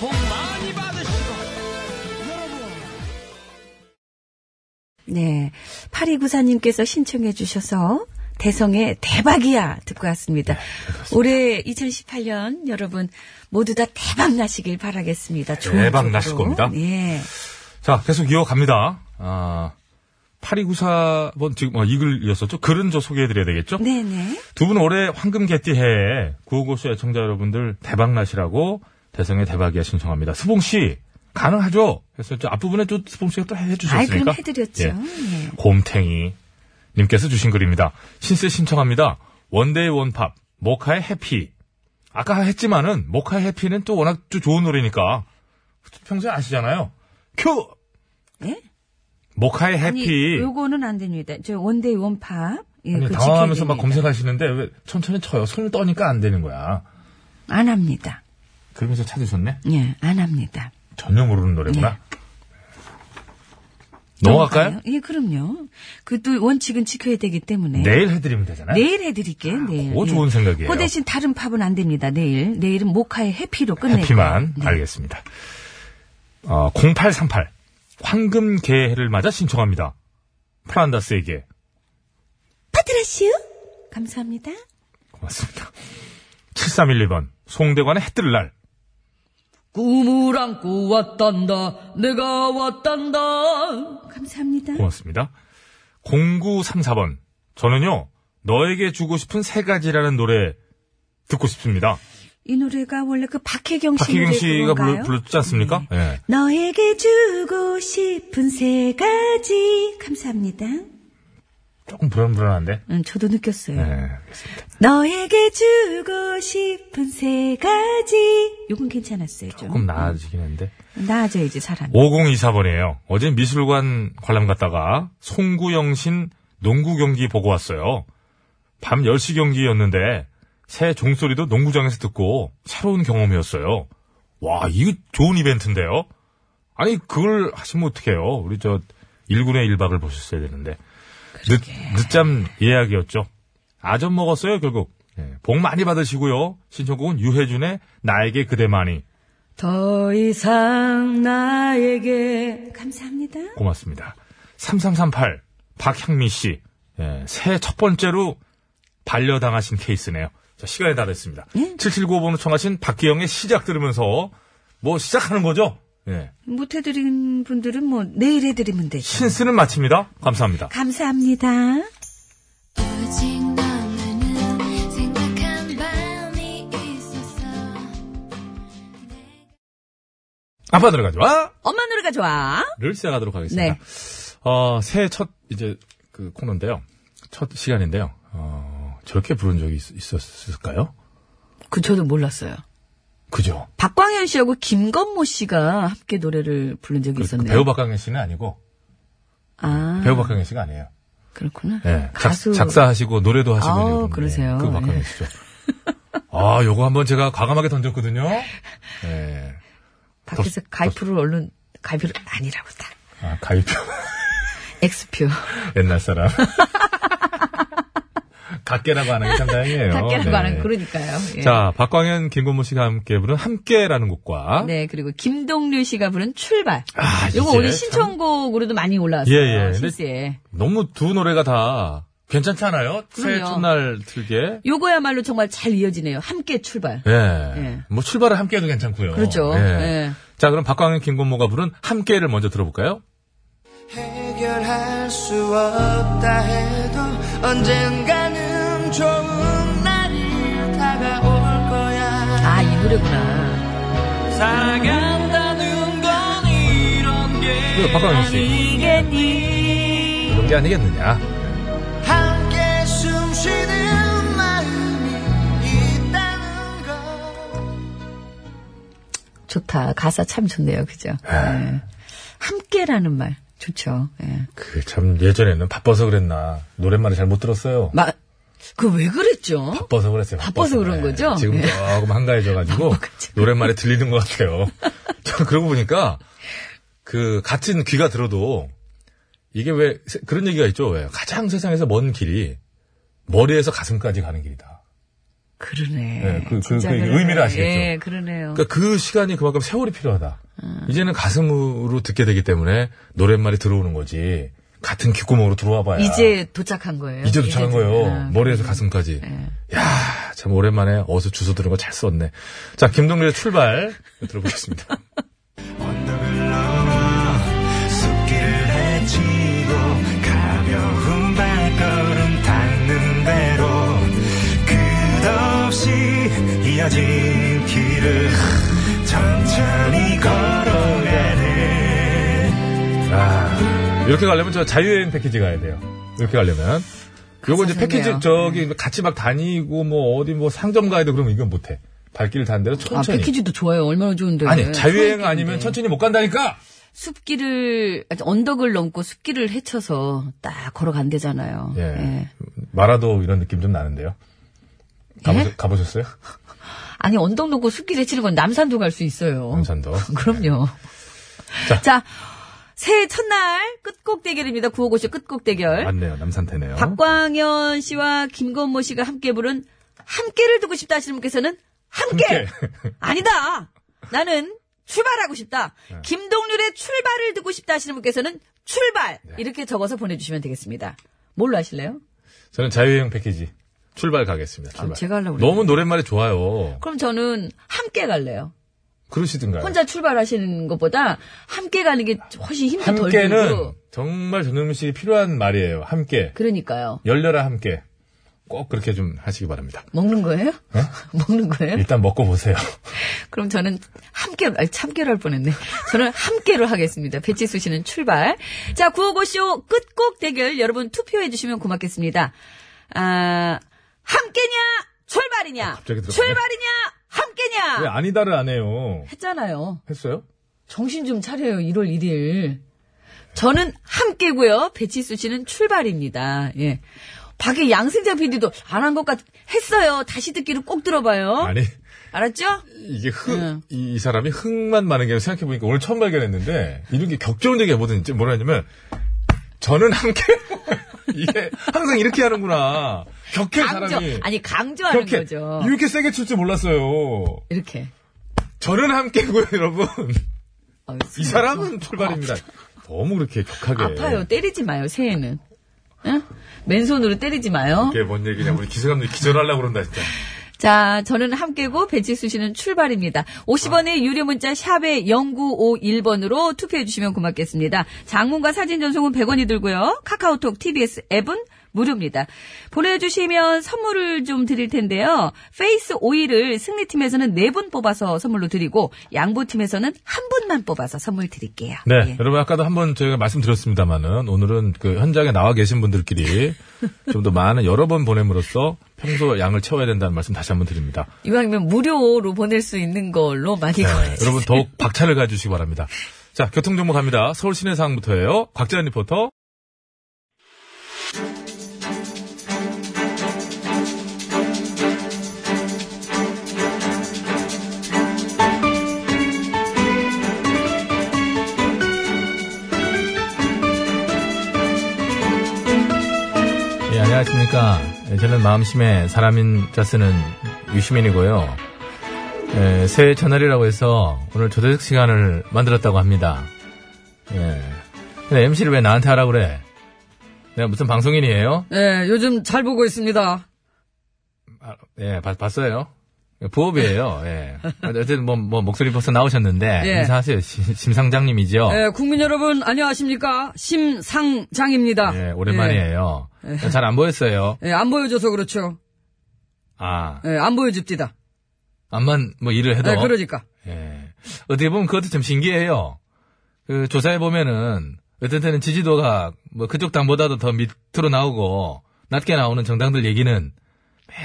G: 2009년 복 많이 받으시고
B: 네. 8294님께서 신청해 주셔서 대성의 대박이야 듣고 왔습니다. 올해 2018년 여러분 모두 다 대박 나시길 바라겠습니다. 좋은
D: 대박
B: 쪽으로.
D: 나실 겁니다.
B: 예.
D: 자, 계속 이어갑니다. 아, 8294번 지금 어, 이글이었었죠? 글은 저 소개해드려야 되겠죠?
B: 네네.
D: 두 분 올해 황금 개띠해에 구호고수 애청자 여러분들 대박 나시라고 대성의 대박이야 신청합니다. 수봉 씨 가능하죠? 그래서 저 앞부분에 또 수봉 씨가 또 해주셨으니까.
B: 아이, 그럼 해드렸죠.
D: 예.
B: 예.
D: 곰탱이 님께서 주신 글입니다. 신세 신청합니다. 원데이 원팝 모카의 해피. 아까 했지만은 모카의 해피는 또 워낙 또 좋은 노래니까 평소에 아시잖아요. 큐.
B: 예?
D: 모카의 해피.
B: 아니, 요거는 안 됩니다. 저 원데이 원팝. 예,
D: 아니,
B: 그거
D: 당황하면서 막
B: 지켜야 됩니다.
D: 검색하시는데 왜 천천히 쳐요. 손을 떠니까 안 되는 거야.
B: 안 합니다.
D: 그러면서 찾으셨네?
B: 예, 안 합니다.
D: 전혀 모르는 노래구나.
B: 넘어가요?
D: 네. 넘어갈까요?
B: 예, 그럼요. 그 또 원칙은 지켜야 되기 때문에.
D: 내일 해드리면 네. 되잖아요.
B: 내일 해드릴게요, 내일.
D: 그거 좋은 생각이에요.
B: 그 대신 다른 팝은 안 됩니다, 내일. 내일은 모카의 해피로 끝내요.
D: 해피만
B: 네.
D: 알겠습니다. 어, 0838 황금 개해를 맞아 신청합니다. 프란다스에게
B: 파트라슈! 감사합니다.
D: 고맙습니다. 7312번 송대관의 해뜰 날
B: 꿈을 안고 왔단다, 내가 왔단다. 감사합니다.
D: 고맙습니다. 0934번 저는요 너에게 주고 싶은 세 가지라는 노래 듣고 싶습니다.
B: 이 노래가 원래 그 박혜경 씨
D: 박혜경
B: 노래
D: 씨가
B: 그건가요? 네.
D: 불러, 불렀지 않습니까? 예.
B: 너에게 주고 싶은 세 가지. 감사합니다.
D: 조금 불안불안한데.
B: 음, 저도 느꼈어요.
D: 예, 알겠습니다.
B: 너에게 주고 싶은 세 가지. 요건 괜찮았어요, 좀.
D: 조금 나아지긴 했는데.
B: 나아져야지, 사람.
D: 5024번이에요. 어제 미술관 관람 갔다가 송구영신 농구 경기 보고 왔어요. 밤 10시 경기였는데 새 종소리도 농구장에서 듣고 새로운 경험이었어요. 와, 이거 좋은 이벤트인데요. 아니, 그걸 하시면 어떡해요. 우리 저 1군의 1박을 보셨어야 되는데. 늦, 늦잠 예약이었죠. 아점 먹었어요, 결국. 예, 복 많이 받으시고요. 신청곡은 유해준의 나에게 그대만이
B: 더 이상 나에게. 감사합니다.
D: 고맙습니다. 3338 박향미 씨. 예, 새해 첫 번째로 반려당하신 케이스네요. 자, 시간이 다 됐습니다.
B: 예.
D: 7795번으로 청하신 박기영의 시작 들으면서 뭐 시작하는 거죠? 예.
B: 못해드린 분들은 뭐, 내일 해드리면 되죠.
D: 신스는 마칩니다. 감사합니다.
B: 감사합니다.
E: 오직 너만은 생각한 밤이 있었어
D: 아빠 노래 가져와!
B: 엄마 노래가 좋아.
D: 를 시작하도록 하겠습니다.
B: 네.
D: 어, 새해 첫, 이제, 그 코너인데요. 첫 시간인데요. 어, 저렇게 부른 적이 있, 있었을까요?
B: 그, 저도 몰랐어요.
D: 그죠?
B: 박광현 씨하고 김건모 씨가 함께 노래를 부른 적이
D: 그- 그
B: 있었네요.
D: 배우 박강현 씨는 아니고,
B: 아,
D: 배우 박강현 씨가 아니에요.
B: 그렇구나.
D: 예,
B: 가수.
D: 작, 사하시고 노래도 하시고
B: 아우,
D: 이러는데
B: 그러세요.
D: 그거
B: 예.
D: 박하시죠. 아, 요거 한번 제가 과감하게 던졌거든요. 예.
B: 밖에서 가이프를 얼른, 가이프를 아니라고 다.
D: 아, 가입표.
B: 엑스표.
D: 옛날 사람. 각계라고 하는 게 참 다행이에요.
B: 밖에라고
D: 네.
B: 하는, 그러니까요. 예.
D: 자, 박광현, 김건모 씨가 함께 부른 함께라는 곡과
B: 네, 그리고 김동률 씨가 부른 출발.
D: 아,
B: 요거
D: 이제
B: 오늘
D: 참-
B: 신청곡으로도 많이 올라왔어요.
D: 예, 예.
B: 실제.
D: 너무 두 노래가 다 괜찮잖아요. 새해
B: 그럼요.
D: 첫날 틀게.
B: 요거야말로 정말 잘 이어지네요. 함께 출발.
D: 예.
B: 예.
D: 뭐 출발을 함께 해도 괜찮고요.
B: 그렇죠.
D: 예.
B: 예.
D: 자, 그럼 박광현, 김건모가 부른 함께를 먼저 들어볼까요?
G: 해결할 수 없다 해도 언젠가는 좋은 날이 다가올 거야
B: 아, 이 노래구나.
G: 사랑한다는 건 이런
D: 이거
G: 게
D: 박광현 씨.
G: 아니겠니
D: 그런 게 아니겠느냐.
G: 함께 숨쉬는 마음이 있다는 걸
B: 좋다. 가사 참 좋네요. 그죠? 예. 함께라는 말. 좋죠. 예.
D: 그 참 예전에는 바빠서 그랬나 노랫말을 잘 못 들었어요.
B: 마, 그 왜 그랬죠?
D: 바빠서 그랬어요.
B: 바빠서 그런 거죠?
D: 지금
B: 예.
D: 조금 한가해져가지고
B: 바빠가지고.
D: 노랫말이 들리는 것 같아요. 저 그러고 보니까 그 그 같은 귀가 들어도 이게 왜 세- 그런 얘기가 있죠. 왜 가장 세상에서 먼 길이 머리에서 가슴까지 가는 길이다.
B: 그러네.
D: 네, 그- 그-
B: 진짜
D: 그
B: 그러네.
D: 의미를 아시겠죠?
B: 예, 그러네요.
D: 그러니까 그 시간이 그만큼 세월이 필요하다.
B: 음.
D: 이제는 가슴으로 듣게 되기 때문에 노랫말이 들어오는 거지. 같은 귓구멍으로 들어와 봐야.
B: 이제 도착한 네. 거예요.
D: 이제 도착한
B: 이제
D: 거예요.
B: 아,
D: 머리에서 가슴까지. 야, 참 오랜만에 어서 주소 들은 거 잘 썼네. 자, 김동률의 출발 들어보겠습니다.
H: 언덕을 넘어 숲길을 헤치고 가벼운 발걸음 닿는 대로 끝없이 이어진 길을 천천히 걸어가네
D: 아, 이렇게 가려면 저 자유여행 패키지 가야 돼요. 이렇게 가려면. 요거 이제
B: 좋네요.
D: 패키지 저기 같이 막 다니고 뭐 어디 뭐 상점 가야 돼 그러면 이건 못 해. 발길 닿는 대로
B: 아,
D: 천천히.
B: 패키지도 좋아요. 얼마나 좋은데.
D: 아니, 자유여행 아니면
B: 소액인데.
D: 천천히 못 간다니까.
B: 숲길을, 아니, 언덕을 넘고 숲길을 헤쳐서 딱 걸어간대잖아요.
D: 예.
B: 예.
D: 마라도 이런 느낌 좀 나는데요. 가보셨,
B: 예?
D: 가보셨어요?
B: 아니, 언덕 넘고 숲길 헤치는 건 남산도 갈 수 있어요.
D: 남산도. 예.
B: 그럼요. 자. 새해 첫날 끝곡 대결입니다. 955쇼 끝곡 대결.
D: 맞네요. 남산태네요.
B: 박광현 씨와 김건모 씨가 함께 부른 함께를 듣고 싶다 하시는 분께서는 함께!
D: 함께.
B: 아니다! 나는 출발하고 싶다.
D: 네.
B: 김동률의 출발을 듣고 싶다 하시는 분께서는 출발!
D: 네.
B: 이렇게 적어서 보내주시면 되겠습니다. 뭘로 하실래요?
D: 저는 자유여행 패키지. 출발 가겠습니다. 출발.
B: 아, 제가 하려고 그랬는데.
D: 너무 노랫말이 좋아요.
B: 그럼 저는 함께 갈래요.
D: 그러시든가요.
B: 혼자 출발하시는 것보다 함께 가는 게 훨씬 힘도 덜
D: 함께는
B: 들고.
D: 정말 전현무 씨 필요한 말이에요. 함께.
B: 그러니까요.
D: 열려라 함께. 꼭 그렇게 좀 하시기 바랍니다.
B: 먹는 거예요?
D: 네?
B: 먹는 거예요?
D: 일단 먹고 보세요.
B: 그럼 저는 함께, 아니, 참깨로 할 뻔했네. 저는 함께로 하겠습니다. 배치수 씨는 출발. 자, 955쇼 끝곡 대결 여러분 투표해주시면 고맙겠습니다. 아, 함께냐? 출발이냐?
D: 아, 갑자기 들어가네.
B: 출발이냐? 함께냐?
D: 왜 아니다를 안 해요?
B: 했잖아요.
D: 했어요?
B: 정신 좀 차려요, 1월 1일. 저는 함께고요. 배치수 씨는 출발입니다. 예. 밖에 양승자 PD도 안 한 것 같, 했어요. 다시 듣기로 꼭 들어봐요. 네.
D: 아니
B: 알았죠?
D: 이게 흥,
B: 응.
D: 이, 이 사람이 흥만 많은 게 아니라 생각해보니까 오늘 처음 발견했는데 이렇게 격조는 되게 뭐든 이제 뭐라 하냐면 저는 함께 이게 항상 이렇게 하는구나 격해
B: 강조.
D: 그 사람이
B: 아니, 강조하는
D: 격해
B: 거죠.
D: 이렇게 세게 칠 줄 몰랐어요
B: 이렇게.
D: 저는 함께고요 여러분
B: 아유,
D: 이 사람은 네. 출발입니다 아, 너무 그렇게 격하게
B: 어, 아파요. 때리지 마요, 새해는. 응? 맨손으로 때리지 마요.
D: 이게 뭔 얘기냐 우리 기사감독 기절하려고 그런다 진짜
B: 자, 저는 함께고 배치수 씨는 출발입니다.
D: 아.
B: 50원의 유료 문자 샵에 0951번으로 투표해 주시면 고맙겠습니다. 장문과 사진 전송은 100원이 들고요. 카카오톡, TBS 앱은 무료입니다. 보내주시면 선물을 좀 드릴 텐데요. 페이스 오일을 승리팀에서는 4분 뽑아서 선물로 드리고 양보팀에서는 한 분만 뽑아서 선물 드릴게요.
D: 네,
B: 예.
D: 여러분 아까도 한번 저희가 말씀드렸습니다만은 오늘은 그 현장에 나와 계신 분들끼리 좀 더 많은 여러 번 보냄으로써 평소 양을 채워야 된다는 말씀 다시 한번 드립니다.
B: 이왕이면 무료로 보낼 수 있는 걸로 많이
D: 네,
B: 걸어주세요.
D: 여러분 더욱 박차를 가주시기 바랍니다. 자, 교통 정보 갑니다. 서울 시내 상황부터예요. 곽재현 리포터. 예, 안녕하십니까. 예, 저는 마음심에 사람인 자 쓰는 유시민이고요. 예, 새해 첫날이라고 해서 오늘 조대식 시간을 만들었다고 합니다. 예. 근데 MC를 왜 나한테 하라고 그래? 내가 무슨 방송인이에요?
B: 네, 요즘 잘 보고 있습니다.
D: 아, 예, 봤, 봤어요. 부업이에요, 예. 어쨌든 뭐, 뭐 목소리 벌써 나오셨는데.
B: 예.
D: 인사하세요. 심, 심상장님이죠?
B: 네, 국민 여러분 안녕하십니까? 심상장입니다.
D: 예, 오랜만이에요. 잘 안 보였어요.
B: 예, 예, 안 보여줘서 그렇죠.
D: 아,
B: 예, 안 보여줍디다.
D: 암만 뭐 일을 해도.
B: 네, 그러니까.
D: 예. 어떻게 보면 그것도 참 신기해요. 그 조사해 보면은 어떤 때는 지지도가 뭐 그쪽 당보다도 더 밑으로 나오고 낮게 나오는 정당들 얘기는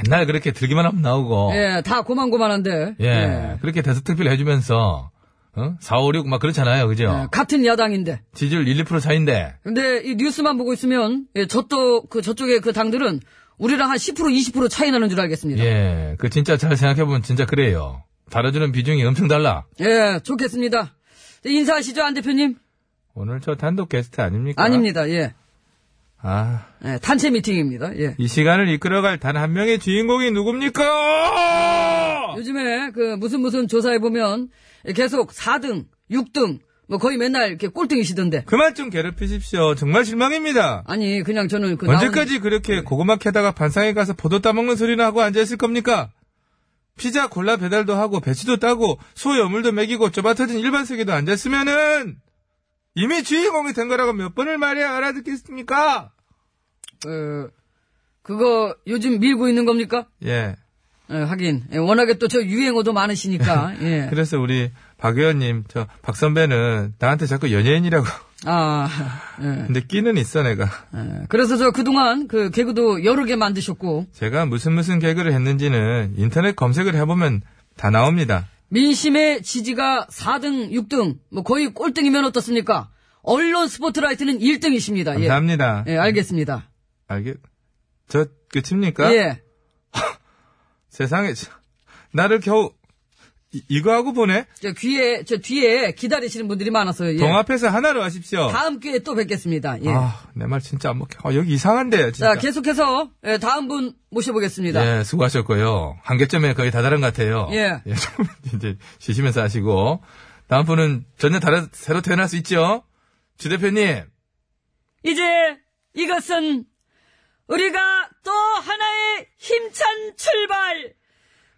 D: 맨날 그렇게 들기만 하면 나오고
B: 예, 다 고만고만한데.
D: 어. 예, 그렇게 대서 특필 해주면서 어? 4, 5, 6 막 그렇잖아요, 그죠?
B: 예, 같은 야당인데.
D: 지지율 1, 2% 차인데
B: 근데 이 뉴스만 보고 있으면 예, 저또 그 저쪽의 그 당들은 우리랑 한 10% 20% 차이 나는 줄 알겠습니다.
D: 예, 그 진짜 잘 생각해 보면 진짜 그래요. 다뤄주는 비중이 엄청 달라.
B: 예, 좋겠습니다. 인사하시죠, 안 대표님.
D: 오늘 저 단독 게스트 아닙니까?
B: 아닙니다. 예.
D: 아,
B: 예, 단체 미팅입니다. 예.
D: 이 시간을 이끌어갈 단 한 명의 주인공이 누굽니까?
B: 요즘에 그 무슨 무슨 조사해 보면 계속 4등, 6등 뭐 거의 맨날 이렇게 꼴등이시던데.
D: 그만 좀 괴롭히십시오. 정말 실망입니다.
B: 아니 그냥 저는 그
D: 언제까지 그렇게 고구마 캐다가 반상에 가서 포도 따먹는 소리나 하고 앉아있을 겁니까? 피자 골라 배달도 하고 배치도 따고 소 여물도 먹이고 좁아터진 일반 세계도 앉았으면은 이미 주인공이 된 거라고 몇 번을 말해야 알아듣겠습니까?
B: 나오는, 어, 그거 요즘 밀고 있는 겁니까?
D: 예.
B: 예, 하긴 예, 워낙에 또 저 유행어도 많으시니까. 예.
D: 그래서 우리 박 의원님, 저 박 선배는 나한테 자꾸 연예인이라고.
B: 아, 예.
D: 근데 끼는 있어 내가.
B: 예. 그래서 저 그동안 그 개그도 여러 개 만드셨고
D: 제가 무슨 무슨 개그를 했는지는 인터넷 검색을 해보면 다 나옵니다.
B: 민심의 지지가 4등, 6등 뭐 거의 꼴등이면 어떻습니까? 언론 스포트라이트는 1등이십니다. 예.
D: 감사합니다.
B: 예, 알겠습니다.
D: 알겠. 저 끝입니까?
B: 예.
D: 세상에 참, 나를 겨우 이, 이거 하고 보내.
B: 저 귀에 저 뒤에 기다리시는 분들이 많아서요. 예.
D: 동 앞에서 하나로 하십시오.
B: 다음 기회에 또 뵙겠습니다. 예.
D: 아 내 말 진짜 안 먹혀. 아, 여기 이상한데 진짜.
B: 자, 계속해서 예, 다음 분 모셔보겠습니다.
D: 예, 수고하셨고요. 한계점에 거의 다다른 것 같아요.
B: 예.
D: 좀 이제 쉬시면서 하시고 다음 분은 전혀 다른 새로 태어날 수 있죠. 주 대표님.
B: 이제 이것은 우리가 또 하나의 힘찬 출발!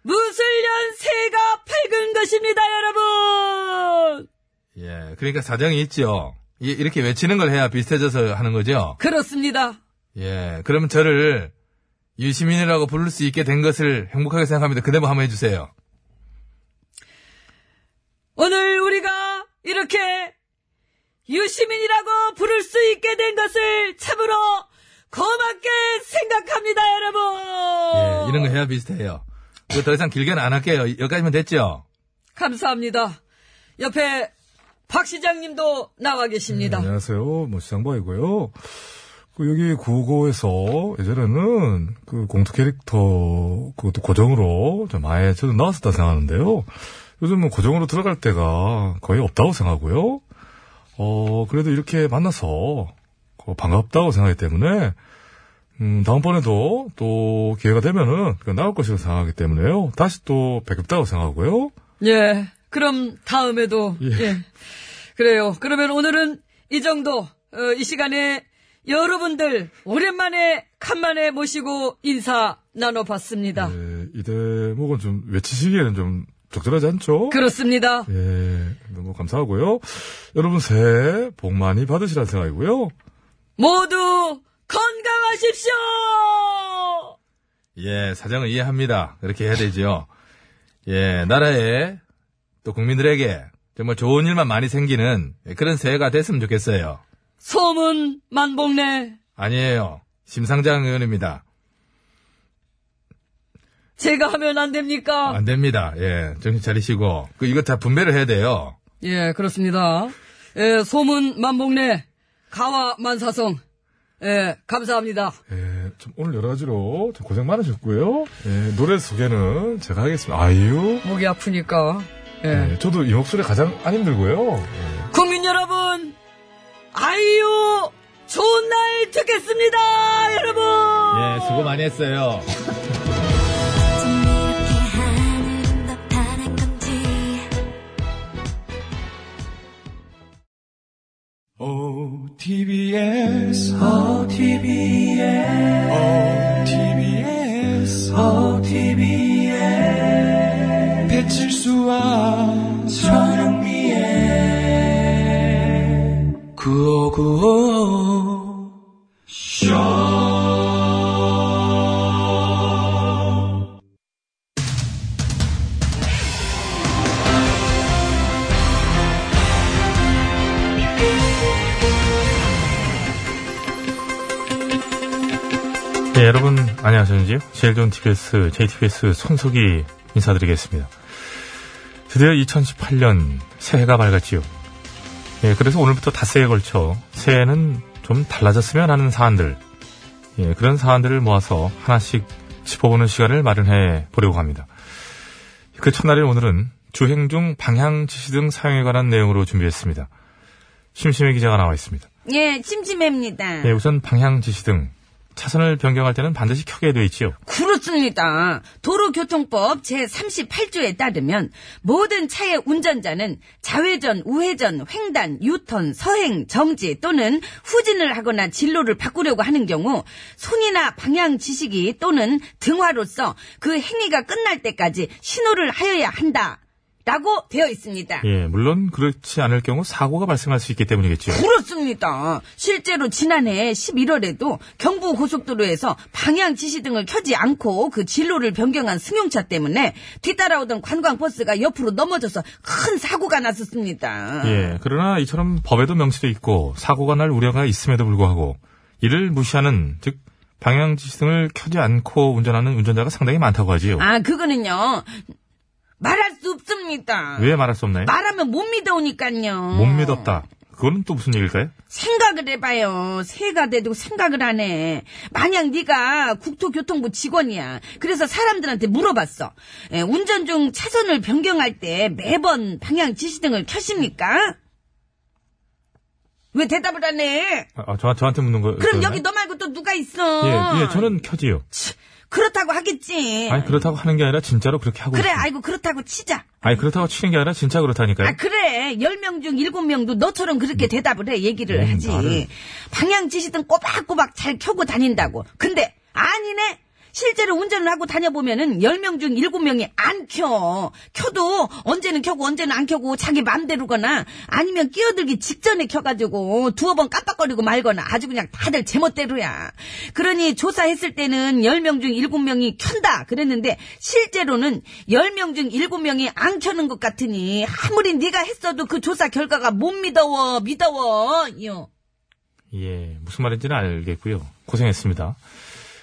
B: 무술년 새가 밝은 것입니다, 여러분!
D: 예, 그러니까 사정이 있죠. 이- 이렇게 외치는 걸 해야 비슷해져서 하는 거죠.
B: 그렇습니다.
D: 예, 그러면 저를 유시민이라고 부를 수 있게 된 것을 행복하게 생각합니다. 그대로 한번 해주세요.
B: 오늘 우리가 이렇게 유시민이라고 부를 수 있게 된 것을 참으로 고맙게 생각합니다, 여러분!
D: 예, 이런 거 해야 비슷해요. 이거 더 이상 길게는 안 할게요. 여기까지면 됐죠?
B: 감사합니다. 옆에 박 시장님도 나와 계십니다.
I: 안녕하세요. 뭐 시장바이고요. 그 여기 구호고에서 예전에는 그 공투 캐릭터 그것도 고정으로 좀 아예 저도 나왔었다 생각하는데요. 요즘은 고정으로 들어갈 때가 거의 없다고 생각하고요. 어 그래도 이렇게 만나서 그 반갑다고 생각하기 때문에 음, 다음번에도 또 기회가 되면은 그 나올 것이라고 생각하기 때문에요. 다시 또 뵙겠다고 생각하고요.
B: 예. 그럼 다음에도 예.
I: 예.
B: 그래요. 그러면 오늘은 이 정도 어, 이 시간에 여러분들 오랜만에 간만에 모시고 인사 나눠봤습니다.
D: 네.
I: 예, 이 대목은 좀 외치시기에는 좀 적절하지 않죠?
B: 그렇습니다.
D: 네.
I: 예, 너무 감사하고요. 여러분 새해 복 많이 받으시라는 생각이고요.
B: 모두 건강하십시오.
D: 예, 사정을 이해합니다. 그렇게 해야 되죠. 예, 나라에 또 국민들에게 정말 좋은 일만 많이 생기는 그런 새해가 됐으면 좋겠어요.
B: 소문 만복네.
D: 아니에요. 심상장 의원입니다.
B: 제가 하면 안 됩니까?
D: 안 됩니다. 예, 정신 차리시고. 그, 이거 다 분배를 해야 돼요.
B: 예, 그렇습니다. 예, 소문 만복네. 가와 만사성. 예, 감사합니다.
I: 예, 좀 오늘 여러 가지로 좀 고생 많으셨고요. 예, 노래 소개는 제가 하겠습니다. 아유.
B: 목이 아프니까. 예.
D: 네.
I: 예, 저도 이 목소리 가장 안 힘들고요. 예,
B: 국민 여러분, 아이유 좋은 날 듣겠습니다, 여러분.
D: 예, 수고 많이 했어요.
E: 좀 이렇게 하는 더 바랄 건지
H: 어, OTBS,
B: 어,
H: OTBS, 어, OTBS,
B: 어,
H: OTBS, 배칠수와 전영미의 구호구호
I: 예, 여러분 안녕하셨는지요? 제일 좋은 TBS, JTBS 손석희 인사드리겠습니다. 드디어 2018년 새해가 밝았지요. 예, 그래서 오늘부터 닷새에 걸쳐 새해는 좀 달라졌으면 하는 사안들, 예, 그런 사안들을 모아서 하나씩 짚어보는 시간을 마련해 보려고 합니다. 그 첫날인 오늘은 주행 중 방향 지시 등 사용에 관한 내용으로 준비했습니다.
D: 심심해 기자가 나와 있습니다.
B: 예, 찜찜합니다.
D: 예,
I: 네,
D: 우선 방향 지시 등 차선을 변경할 때는 반드시 켜게 돼 있지요.
B: 그렇습니다. 도로교통법 제38조에 따르면 모든 차의 운전자는 좌회전, 우회전, 횡단, 유턴, 서행, 정지 또는 후진을 하거나 진로를 바꾸려고 하는 경우 손이나 방향 지식이 또는 등화로서 그 행위가 끝날 때까지 신호를 하여야 한다. 라고 되어 있습니다.
D: 예, 물론 그렇지 않을 경우 사고가 발생할 수 있기 때문이겠지요.
B: 그렇습니다. 실제로 지난해 11월에도 경부 고속도로에서 방향 지시 등을 켜지 않고 그 진로를 변경한 승용차 때문에 뒤따라오던 관광버스가 옆으로 넘어져서 큰 사고가 났었습니다.
D: 예, 그러나 이처럼 법에도 명시돼 있고 사고가 날 우려가 있음에도 불구하고 이를 무시하는 즉 방향 지시등을 켜지 않고 운전하는 운전자가 상당히 많다고 하지요.
B: 아, 그거는요. 말할 수 없습니다.
D: 왜 말할 수 없나요?
B: 말하면 못 믿어오니까요.
D: 못 믿었다. 그거는 또 무슨 얘기일까요?
B: 생각을 해봐요. 새가 돼도 생각을 안 해. 만약 네가 국토교통부 직원이야. 그래서 사람들한테 물어봤어. 예, 운전 중 차선을 변경할 때 매번 방향 지시등을 켜십니까? 왜 대답을 안 해?
D: 아, 저, 저한테 묻는 거예요.
B: 그럼
D: 그러나요?
B: 여기 너 말고 또 누가 있어?
D: 예, 예, 저는 켜지요.
B: 그렇다고 하겠지.
D: 아니 그렇다고 하는 게 아니라 진짜로 그렇게 하고
B: 예.
D: 네?
B: 그래,
D: 있어요.
B: 아이고 그렇다고 치자.
D: 아니 그렇다고 치는 게 아니라 진짜 그렇다니까요.
B: 아, 그래. 10명 중 7명도 너처럼 그렇게 대답을 해, 얘기를
D: 음,
B: 하지.
D: 나를.
B: 방향 지시등 꼬박꼬박 잘 켜고 다닌다고. 근데, 아니네? 실제로 운전을 하고 다녀보면은 10명 중 7명이 안 켜. 켜도 언제는 켜고 언제는 안 켜고 자기 맘대로거나 아니면 끼어들기 직전에 켜가지고 두어 번 깜빡거리고 말거나 아주 그냥 다들 제멋대로야. 그러니 조사했을 때는 10명 중 7명이 켠다 그랬는데 실제로는 10명 중 7명이 안 켜는 것 같으니 아무리 네가 했어도 그 조사 결과가 못 믿어워 믿어워. 요.
D: 예, 무슨 말인지는 알겠고요. 고생했습니다.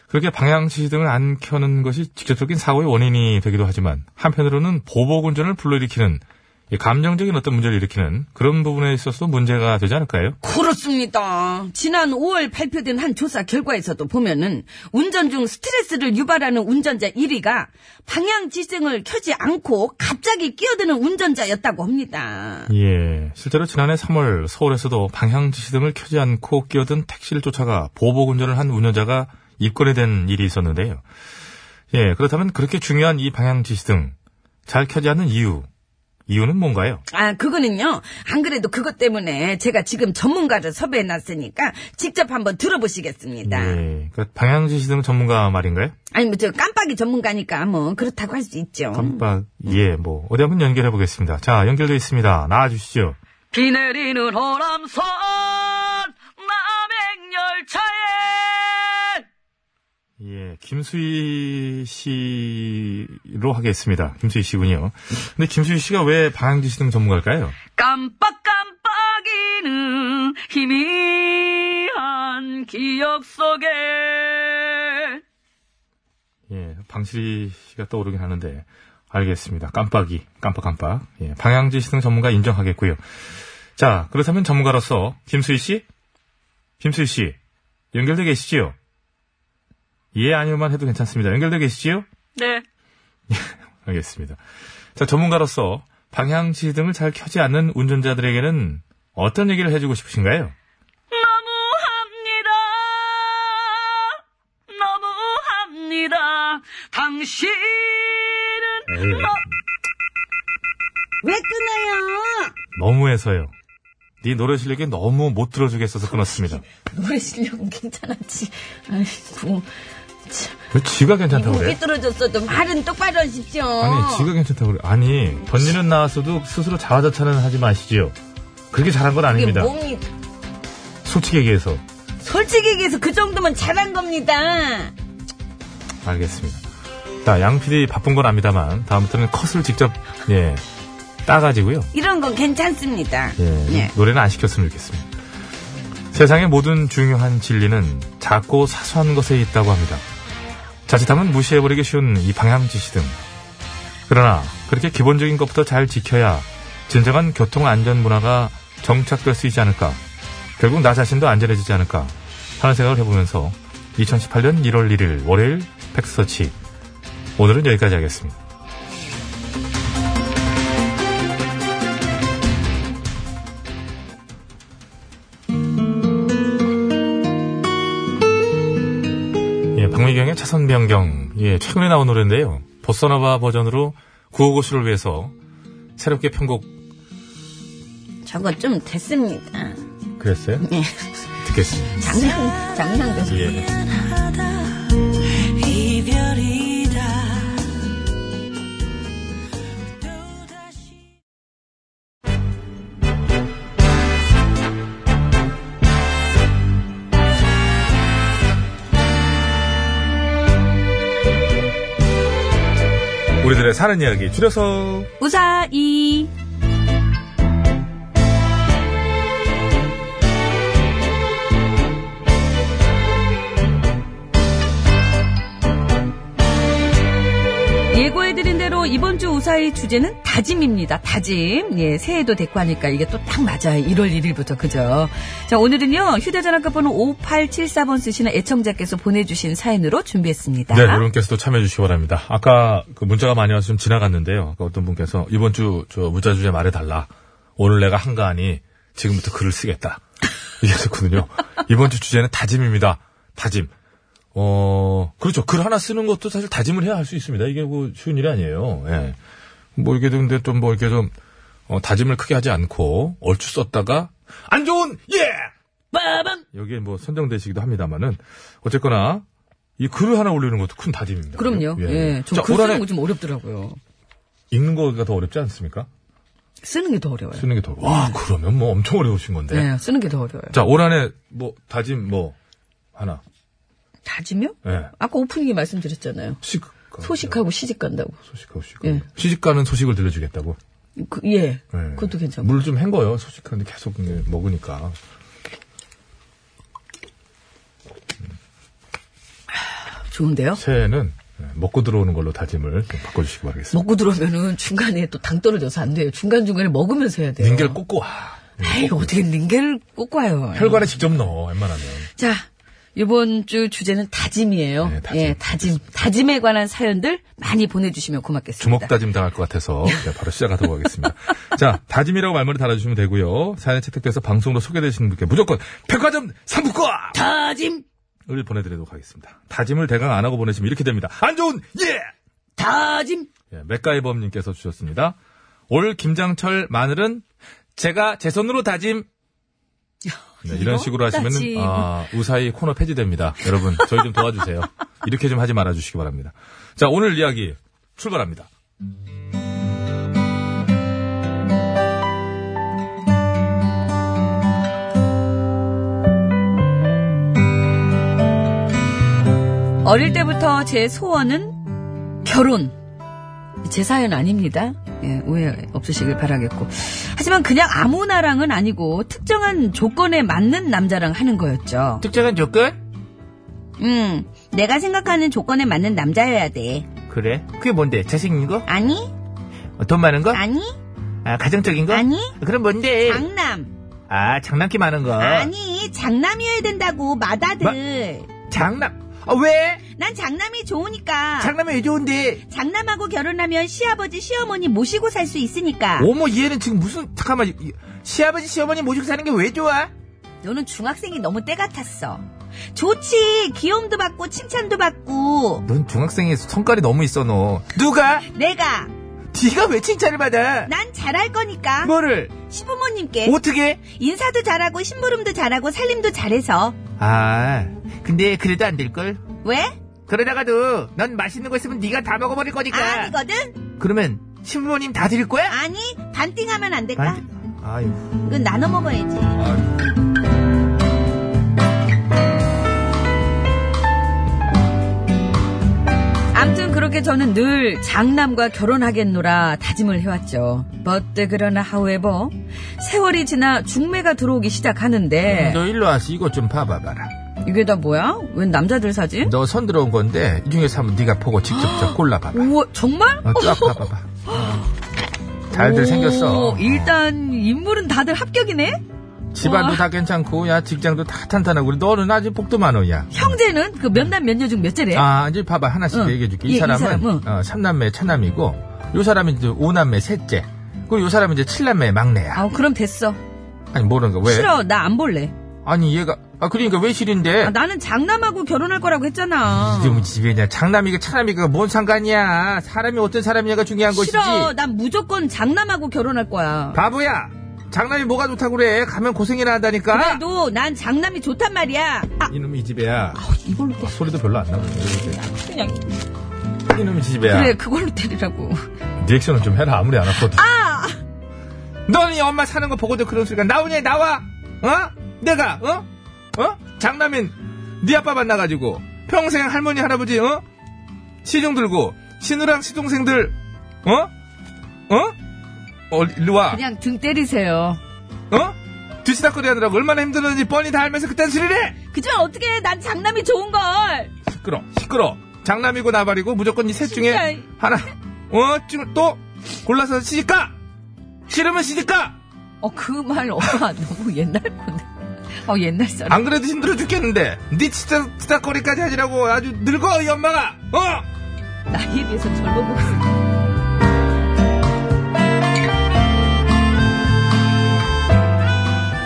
D: 그렇게 방향지시등을 안 켜는 것이 직접적인 사고의 원인이 되기도 하지만 한편으로는 보복운전을 불러일으키는 이 감정적인 어떤 문제를 일으키는 그런 부분에 있어서도 문제가 되지 않을까요?
B: 그렇습니다. 지난 5월 발표된 한 조사 결과에서도 보면은 운전 중 스트레스를 유발하는 운전자 1위가 방향 지생을 켜지 않고 갑자기 끼어드는 운전자였다고 합니다.
D: 예, 실제로 지난해 3월 서울에서도 방향지시등을 켜지 않고 끼어든 택시를 쫓아가 보복운전을 한 운전자가 입건이 된 일이 있었는데요. 예, 그렇다면 그렇게 중요한 이 방향지시등 잘 켜지 않는 이유, 이유는 뭔가요?
B: 아, 그거는요. 안 그래도 그것 때문에 제가 지금 전문가를 섭외해 놨으니까 직접 한번 들어보시겠습니다.
D: 예, 그 방향지시등 전문가 말인가요?
B: 아니, 뭐, 저 깜빡이 전문가니까 뭐, 그렇다고 할 수 있죠.
D: 깜빡, 예, 뭐, 어디 한번 연결해 보겠습니다. 자, 연결되어 있습니다. 나와주시죠.
B: 비 내리는 호남선 남행열차에
D: 예, 김수희 씨로 하겠습니다. 김수희 씨군요. 근데 김수희 씨가 왜 방향지시등 전문가일까요?
B: 깜빡깜빡이는 희미한 기억 속에
D: 예, 방실이 씨가 떠오르긴 하는데, 알겠습니다. 깜빡이, 깜빡깜빡. 예, 방향지시등 전문가 인정하겠고요. 자, 그렇다면 전문가로서, 김수희 씨? 김수희 씨, 연결돼 계시지요? 예, 아니요만 해도 괜찮습니다. 연결돼 계시지요? 예,
B: 네
D: 알겠습니다. 자, 전문가로서 방향지시등을 잘 켜지 않는 운전자들에게는 어떤 얘기를 해주고 싶으신가요?
B: 너무합니다 너무합니다 당신은 왜 끊어요
D: 너무해서요. 네 노래 실력이 너무 못 들어주겠어서 끊었습니다.
B: 노래 실력은 괜찮았지 아이고
D: 왜 지가 괜찮다고
B: 목이
D: 그래?
B: 뚫어졌어도 말은 똑바로 하십시오
D: 아니, 지가 괜찮다고 그래. 아니, 번지는 나왔어도 스스로 자화자찬은 하지 마시지요. 그렇게 뭐? 잘한 건
B: 이게
D: 아닙니다.
B: 몸이
D: 솔직히 얘기해서.
B: 솔직히 얘기해서 그 정도면 잘한 겁니다.
D: 알겠습니다. 자, 양 PD 바쁜 건 압니다만, 다음부터는 컷을 직접, 예, 따가지고요.
B: 이런 건 괜찮습니다.
D: 예,
B: 예.
D: 노래는 안 시켰으면 좋겠습니다. 세상의 모든 중요한 진리는 작고 사소한 것에 있다고 합니다. 자칫하면 무시해버리기 쉬운 이 방향지시등. 그러나 그렇게 기본적인 것부터 잘 지켜야 진정한 교통안전 문화가 정착될 수 있지 않을까. 결국 나 자신도 안전해지지 않을까 하는 생각을 해보면서 2018년 1월 1일 월요일 팩스서치 오늘은 여기까지 하겠습니다. 장미경의 예, 차선 변경. 예, 최근에 나온 노래인데요. 보사노바 버전으로 구호고쇼를 위해서 새롭게 편곡
B: 저거 좀 됐습니다.
D: 그랬어요?
B: 예.
D: 듣겠습니다.
B: 장난, 장난.
D: 예. 우리들의 사는 이야기 줄여서
B: 우사이. 예고해드린 대로 이번 주 우사의 주제는 다짐입니다. 다짐. 예, 새해도 됐고 하니까 이게 또 딱 맞아요. 1월 1일부터. 그죠? 자, 오늘은요, 휴대전화 끝번호 5874번 쓰시는 애청자께서 보내주신 사연으로 준비했습니다.
D: 네, 여러분께서도 참여해주시기 바랍니다. 아까 그 문자가 많이 와서 좀 지나갔는데요. 아까 어떤 분께서 이번 주 저 문자 주제 말해달라. 오늘 내가 한가하니 지금부터 글을 쓰겠다. 얘기하셨거든요. 이번 주 주제는 다짐입니다. 다짐. 어, 그렇죠. 글 하나 쓰는 것도 사실 다짐을 해야 할 수 있습니다. 이게 뭐 쉬운 일이 아니에요. 예. 뭐 이게 근데 좀 뭐 이렇게 좀 어, 다짐을 크게 하지 않고 얼추 썼다가 안 좋은 예
B: 빠밤!
D: 여기에 뭐 선정되시기도 합니다만은 어쨌거나 이 글을 하나 올리는 것도 큰 다짐입니다.
B: 그럼요. 예.
D: 자,
B: 좀글
D: 올
B: 쓰는
D: 한해
B: 거 좀 어렵더라고요.
D: 읽는 거가 더 어렵지 않습니까?
B: 쓰는 게 더 어려워요.
D: 쓰는 게 더. 와 그러면 뭐 엄청 어려우신 건데.
B: 네, 쓰는 게 더 어려워요.
D: 자 올 한해 뭐 다짐 뭐 하나.
B: 다짐요?
D: 예.
B: 아까 오프닝에 말씀드렸잖아요.
D: 소식.
B: 소식하고 시집 간다고.
D: 소식하고 시집.
B: 예.
D: 시집 가는 소식을 들려주겠다고.
B: 그, 예.
D: 예.
B: 그것도 괜찮고.
D: 물 좀 헹궈요. 소식하는데 계속 이제 먹으니까.
B: 좋은데요?
D: 새해는 예, 먹고 들어오는 걸로 다짐을 좀 바꿔주시기 바라겠습니다.
B: 먹고 들어오면은 중간에 또 당 떨어져서 안 돼요. 중간중간에 먹으면서 해야 돼요.
D: 링겔 꽂고 와.
B: 에이, 어떻게 링겔을 꼭 와요.
D: 아, 혈관에 직접 넣어. 웬만하면.
B: 자, 이번 주 주제는 다짐이에요.
D: 네, 다짐.
B: 예, 다짐. 다짐에 관한 사연들 많이 보내주시면 고맙겠습니다.
D: 주먹 다짐 당할 것 같아서 네, 바로 시작하도록 하겠습니다. 자, 다짐이라고 말머리 달아주시면 되고요. 사연 채택돼서 방송으로 소개되시는 분께 무조건 백화점 상품권을
B: 다짐!
D: 보내드리도록 하겠습니다. 다짐을 대강 안 하고 보내시면 이렇게 됩니다. 안 좋은 예!
B: 다짐!
D: 예, 맥가이버님께서 주셨습니다. 올 김장철 마늘은 제가 제 손으로 다짐. 네,
B: 아,
D: 이런
B: 이거
D: 식으로 하시면
B: 다짐.
D: 아, 우사히 코너 폐지됩니다. 여러분 저희 좀 도와주세요. 이렇게 좀 하지 말아주시기 바랍니다. 자 오늘 이야기 출발합니다.
B: 어릴 때부터 제 소원은 결혼. 제 사연 아닙니다. 예, 오해 없으시길 바라겠고. 하지만 그냥 아무나랑은 아니고 특정한 조건에 맞는 남자랑 하는 거였죠.
A: 특정한 조건?
B: 음, 내가 생각하는 조건에 맞는 남자여야 돼.
A: 그래. 그게 뭔데? 잘생긴 거?
B: 아니?
A: 어, 돈 많은 거?
B: 아니?
A: 아, 가정적인 거?
B: 아니?
A: 그럼 뭔데?
B: 장남.
A: 네. 아, 장난기 많은 거.
B: 아니, 장남이어야 된다고, 마다들.
A: 장난. 아, 왜?
B: 난 장남이 좋으니까.
A: 장남이 왜 좋은데?
B: 장남하고 결혼하면 시아버지, 시어머니 모시고 살 수 있으니까.
A: 어머, 얘는 뭐, 지금 무슨, 잠깐만. 이- 이- 시아버지, 시어머니 모시고 사는 게 왜 좋아?
B: 너는 중학생이 너무 때 같았어. 좋지. 귀염도 받고 칭찬도 받고.
A: 넌 중학생이 성깔이 너무 있어, 너. 누가?
B: 내가
A: 네가 왜 칭찬을 받아?
B: 난 잘할 거니까
A: 뭐를? 네.
B: 시부모님께
A: 어떻게?
B: 인사도 잘하고 심부름도 잘하고 살림도 잘해서
A: 아, 근데 그래도 안 될걸?
B: 왜?
A: 그러다가도 넌 맛있는 거 있으면 네가 다 먹어버릴
B: 그러니까.
A: 거니까.
B: 아니거든.
A: 그러면 신부모님 다 드릴 거야?
B: 아니 반띵하면 안 될까?
A: 아유.
B: 이건 나눠 먹어야지. 암튼 그렇게 저는 늘 장남과 결혼하겠노라 다짐을 해왔죠. 버때 그러나 however 세월이 지나 중매가 들어오기 시작하는데
A: 너 일로 와서 이거 좀 봐봐봐라.
B: 이게 다 뭐야? 웬 남자들 사진?
A: 너 선 들어온 건데 이 중에서 한번 네가 보고 직접 저 골라봐봐.
B: 우와 정말?
A: 어, 쫙 봐봐봐. 잘들 생겼어.
B: 오, 일단 인물은 다들 합격이네.
A: 집안도
B: 우와.
A: 다 괜찮고 야 직장도 다 탄탄하고 그래. 너는 아직 복도 많어 야.
B: 형제는 그 몇 남 몇 녀 중 몇 째래?
A: 아 이제 봐봐 하나씩
B: 응.
A: 얘기해줄게.
B: 예,
A: 이
B: 이
A: 사람은
B: 사람, 응.
A: 어, 3남매 차남이고 요 사람이 이제 5남매 셋째. 그리고 요 사람이 이제 7남매 막내야.
B: 아 그럼 됐어.
A: 아니 모르는 거 왜?
B: 싫어 나 안 볼래.
A: 아니 얘가 아, 그러니까 왜 실인데?
B: 아, 나는 장남하고 결혼할 거라고 했잖아.
A: 이게 뭐 집이냐? 장남이가 차남이가 뭔 상관이야? 사람이 어떤 사람이냐가 중요한
B: 싫어.
A: 것이지.
B: 난 무조건 장남하고 결혼할 거야.
A: 바보야. 장남이 뭐가 좋다고 그래? 가면 고생이나 한다니까.
B: 그래도 난 장남이 좋단 말이야. 아,
D: 이놈의 이 집애야.
B: 이걸로
A: 아,
B: 때
D: 소리도 별로 안 나고.
B: 그냥
D: 이놈의 집애야.
B: 그래 그걸로 때리라고.
D: 리액션은 좀 해라. 아무리 안 아파도.
A: 너는 이 엄마 사는 거 보고도 그런 소리가 나오냐 나와 어 내가 어 어? 장남인 네 아빠 만나가지고 평생 할머니 할아버지 어 시중 들고 시누랑 시동생들 어 어? 어 일로 와
B: 그냥 등 때리세요.
A: 어? 뒤치다거리 하느라고 얼마나 힘들었는지 뻔히 다 알면서 그딴 소리를 해
B: 그지만 어떻게 난 장남이 좋은 걸.
A: 시끄러 시끄러 장남이고 나발이고 무조건 이 셋 중에
B: 진짜.
A: 하나 어? 쭉 또 골라서 시집가 싫으면 시집가
B: 어 그 말 엄마 너무 옛날 건데. 어 옛날 사람.
A: 안 그래도 힘들어 죽겠는데 네 진짜 스닥거리까지 하지라고 아주 늙어 이 엄마가 어?
B: 나이에 비해서 젊어 보여.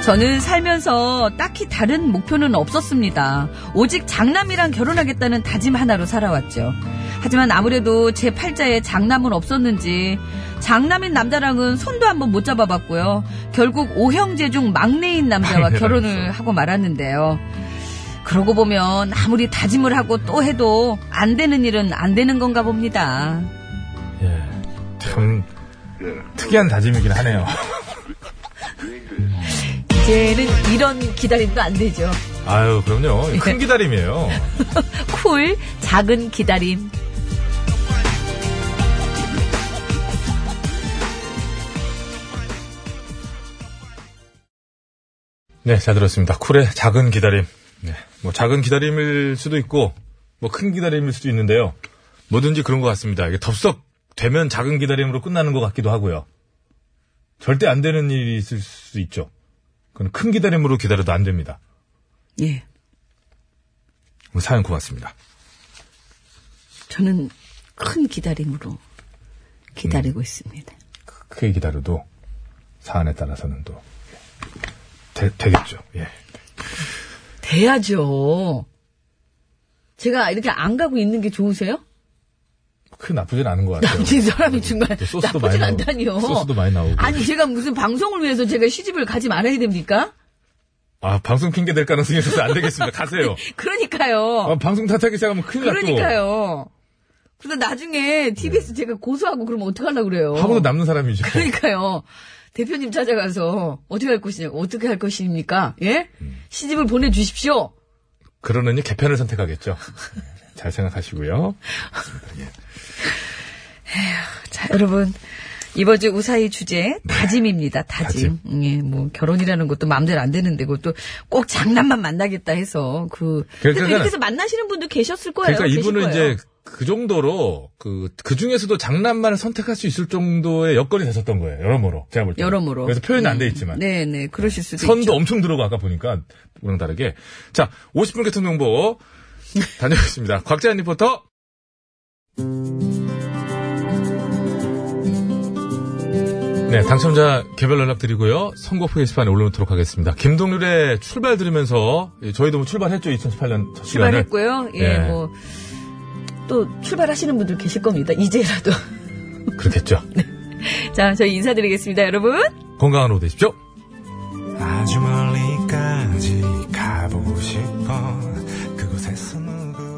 B: 저는 살면서 딱히 다른 목표는 없었습니다. 오직 장남이랑 결혼하겠다는 다짐 하나로 살아왔죠. 하지만 아무래도 제 팔자에 장남은 없었는지 장남인 남자랑은 손도 한번 못 잡아봤고요. 결국 오형제 중 막내인 남자와 결혼을 하고 말았는데요. 그러고 보면 아무리 다짐을 하고 또 해도 안 되는 일은 안 되는 건가 봅니다.
D: 예. 참, 특이한 다짐이긴 하네요.
B: 이제는 이런 기다림도 안 되죠.
D: 아유, 그럼요. 큰 기다림이에요.
B: 쿨, 작은 기다림.
D: 네, 잘 들었습니다. 쿨의 작은 기다림. 네. 뭐, 작은 기다림일 수도 있고, 뭐, 큰 기다림일 수도 있는데요. 뭐든지 그런 것 같습니다. 이게 덥석 되면 작은 기다림으로 끝나는 것 같기도 하고요. 절대 안 되는 일이 있을 수 있죠. 그건 큰 기다림으로 기다려도 안 됩니다.
B: 예.
D: 오늘 사연 고맙습니다.
B: 저는 큰 기다림으로
D: 음.
B: 기다리고 있습니다.
D: 크게 기다려도 사안에 따라서는 또 되, 되겠죠. 예.
B: 돼야죠. 제가 이렇게 안 가고 있는 게 좋으세요?
D: 크게 나쁘진 않은 것 같아요.
B: 남친 사람이 정말
D: 또 소스도 많이
B: 나쁘진
D: 나오고,
B: 않다니요.
D: 소스도 많이 나오고.
B: 아니, 제가 무슨 방송을 위해서 제가 시집을 가지 말아야 됩니까?
D: 아, 방송 핑계 될 가능성이 있어서 안 되겠습니다. 가세요.
B: 그러니까요.
D: 아, 방송 탓하기 시작하면 큰일 네. 났고.
B: 그러니까요. 그러다 나중에 TBS 제가 고소하고 그러면 어떡하려고 그래요.
D: 하고도 남는 사람이죠.
B: 그러니까요. 대표님 찾아가서 어떻게 할 것이냐고 어떻게 할 것입니까? 예?
D: 음.
B: 시집을 보내주십시오.
D: 그러느니 개편을 선택하겠죠. 잘 생각하시고요.
B: 자 여러분 이번 주 우사히 주제 다짐입니다. 다짐. 예, 뭐 결혼이라는 것도 마음대로 안 되는데 그것도 꼭 장남만 만나겠다 해서 그. 근데
D: 그러니까-
B: 이렇게 해서 만나시는 분도 계셨을 거예요.
D: 그러니까
B: 네, 계실
D: 이분은
B: 거예요.
D: 이제 그 정도로 그, 그 중에서도 장난만을 선택할 수 있을 정도의 여건이 되셨던 거예요. 여러모로. 제가 볼 때.
B: 여러모로.
D: 그래서 표현이 안 돼
B: 음,
D: 있지만.
B: 네네 그러실 수도
D: 선도
B: 있죠.
D: 엄청 들어가 아까 보니까 우랑 다르게 자 50분 교통정보 다녀오겠습니다 곽재현 리포터 네 당첨자 개별 연락드리고요 선곡표 게시판에 올려놓도록 하겠습니다 김동률의 출발 들으면서 저희도 뭐 출발했죠 2018년 첫 시간을
B: 출발했고요. 예,
D: 예.
B: 뭐. 또 출발하시는 분들 계실 겁니다. 이제라도.
D: 그렇겠죠
B: 네. 자, 저희 인사드리겠습니다, 여러분.
D: 건강한 오후 되십시오
H: 아주 멀리까지 가보고 싶어 그곳에서 누구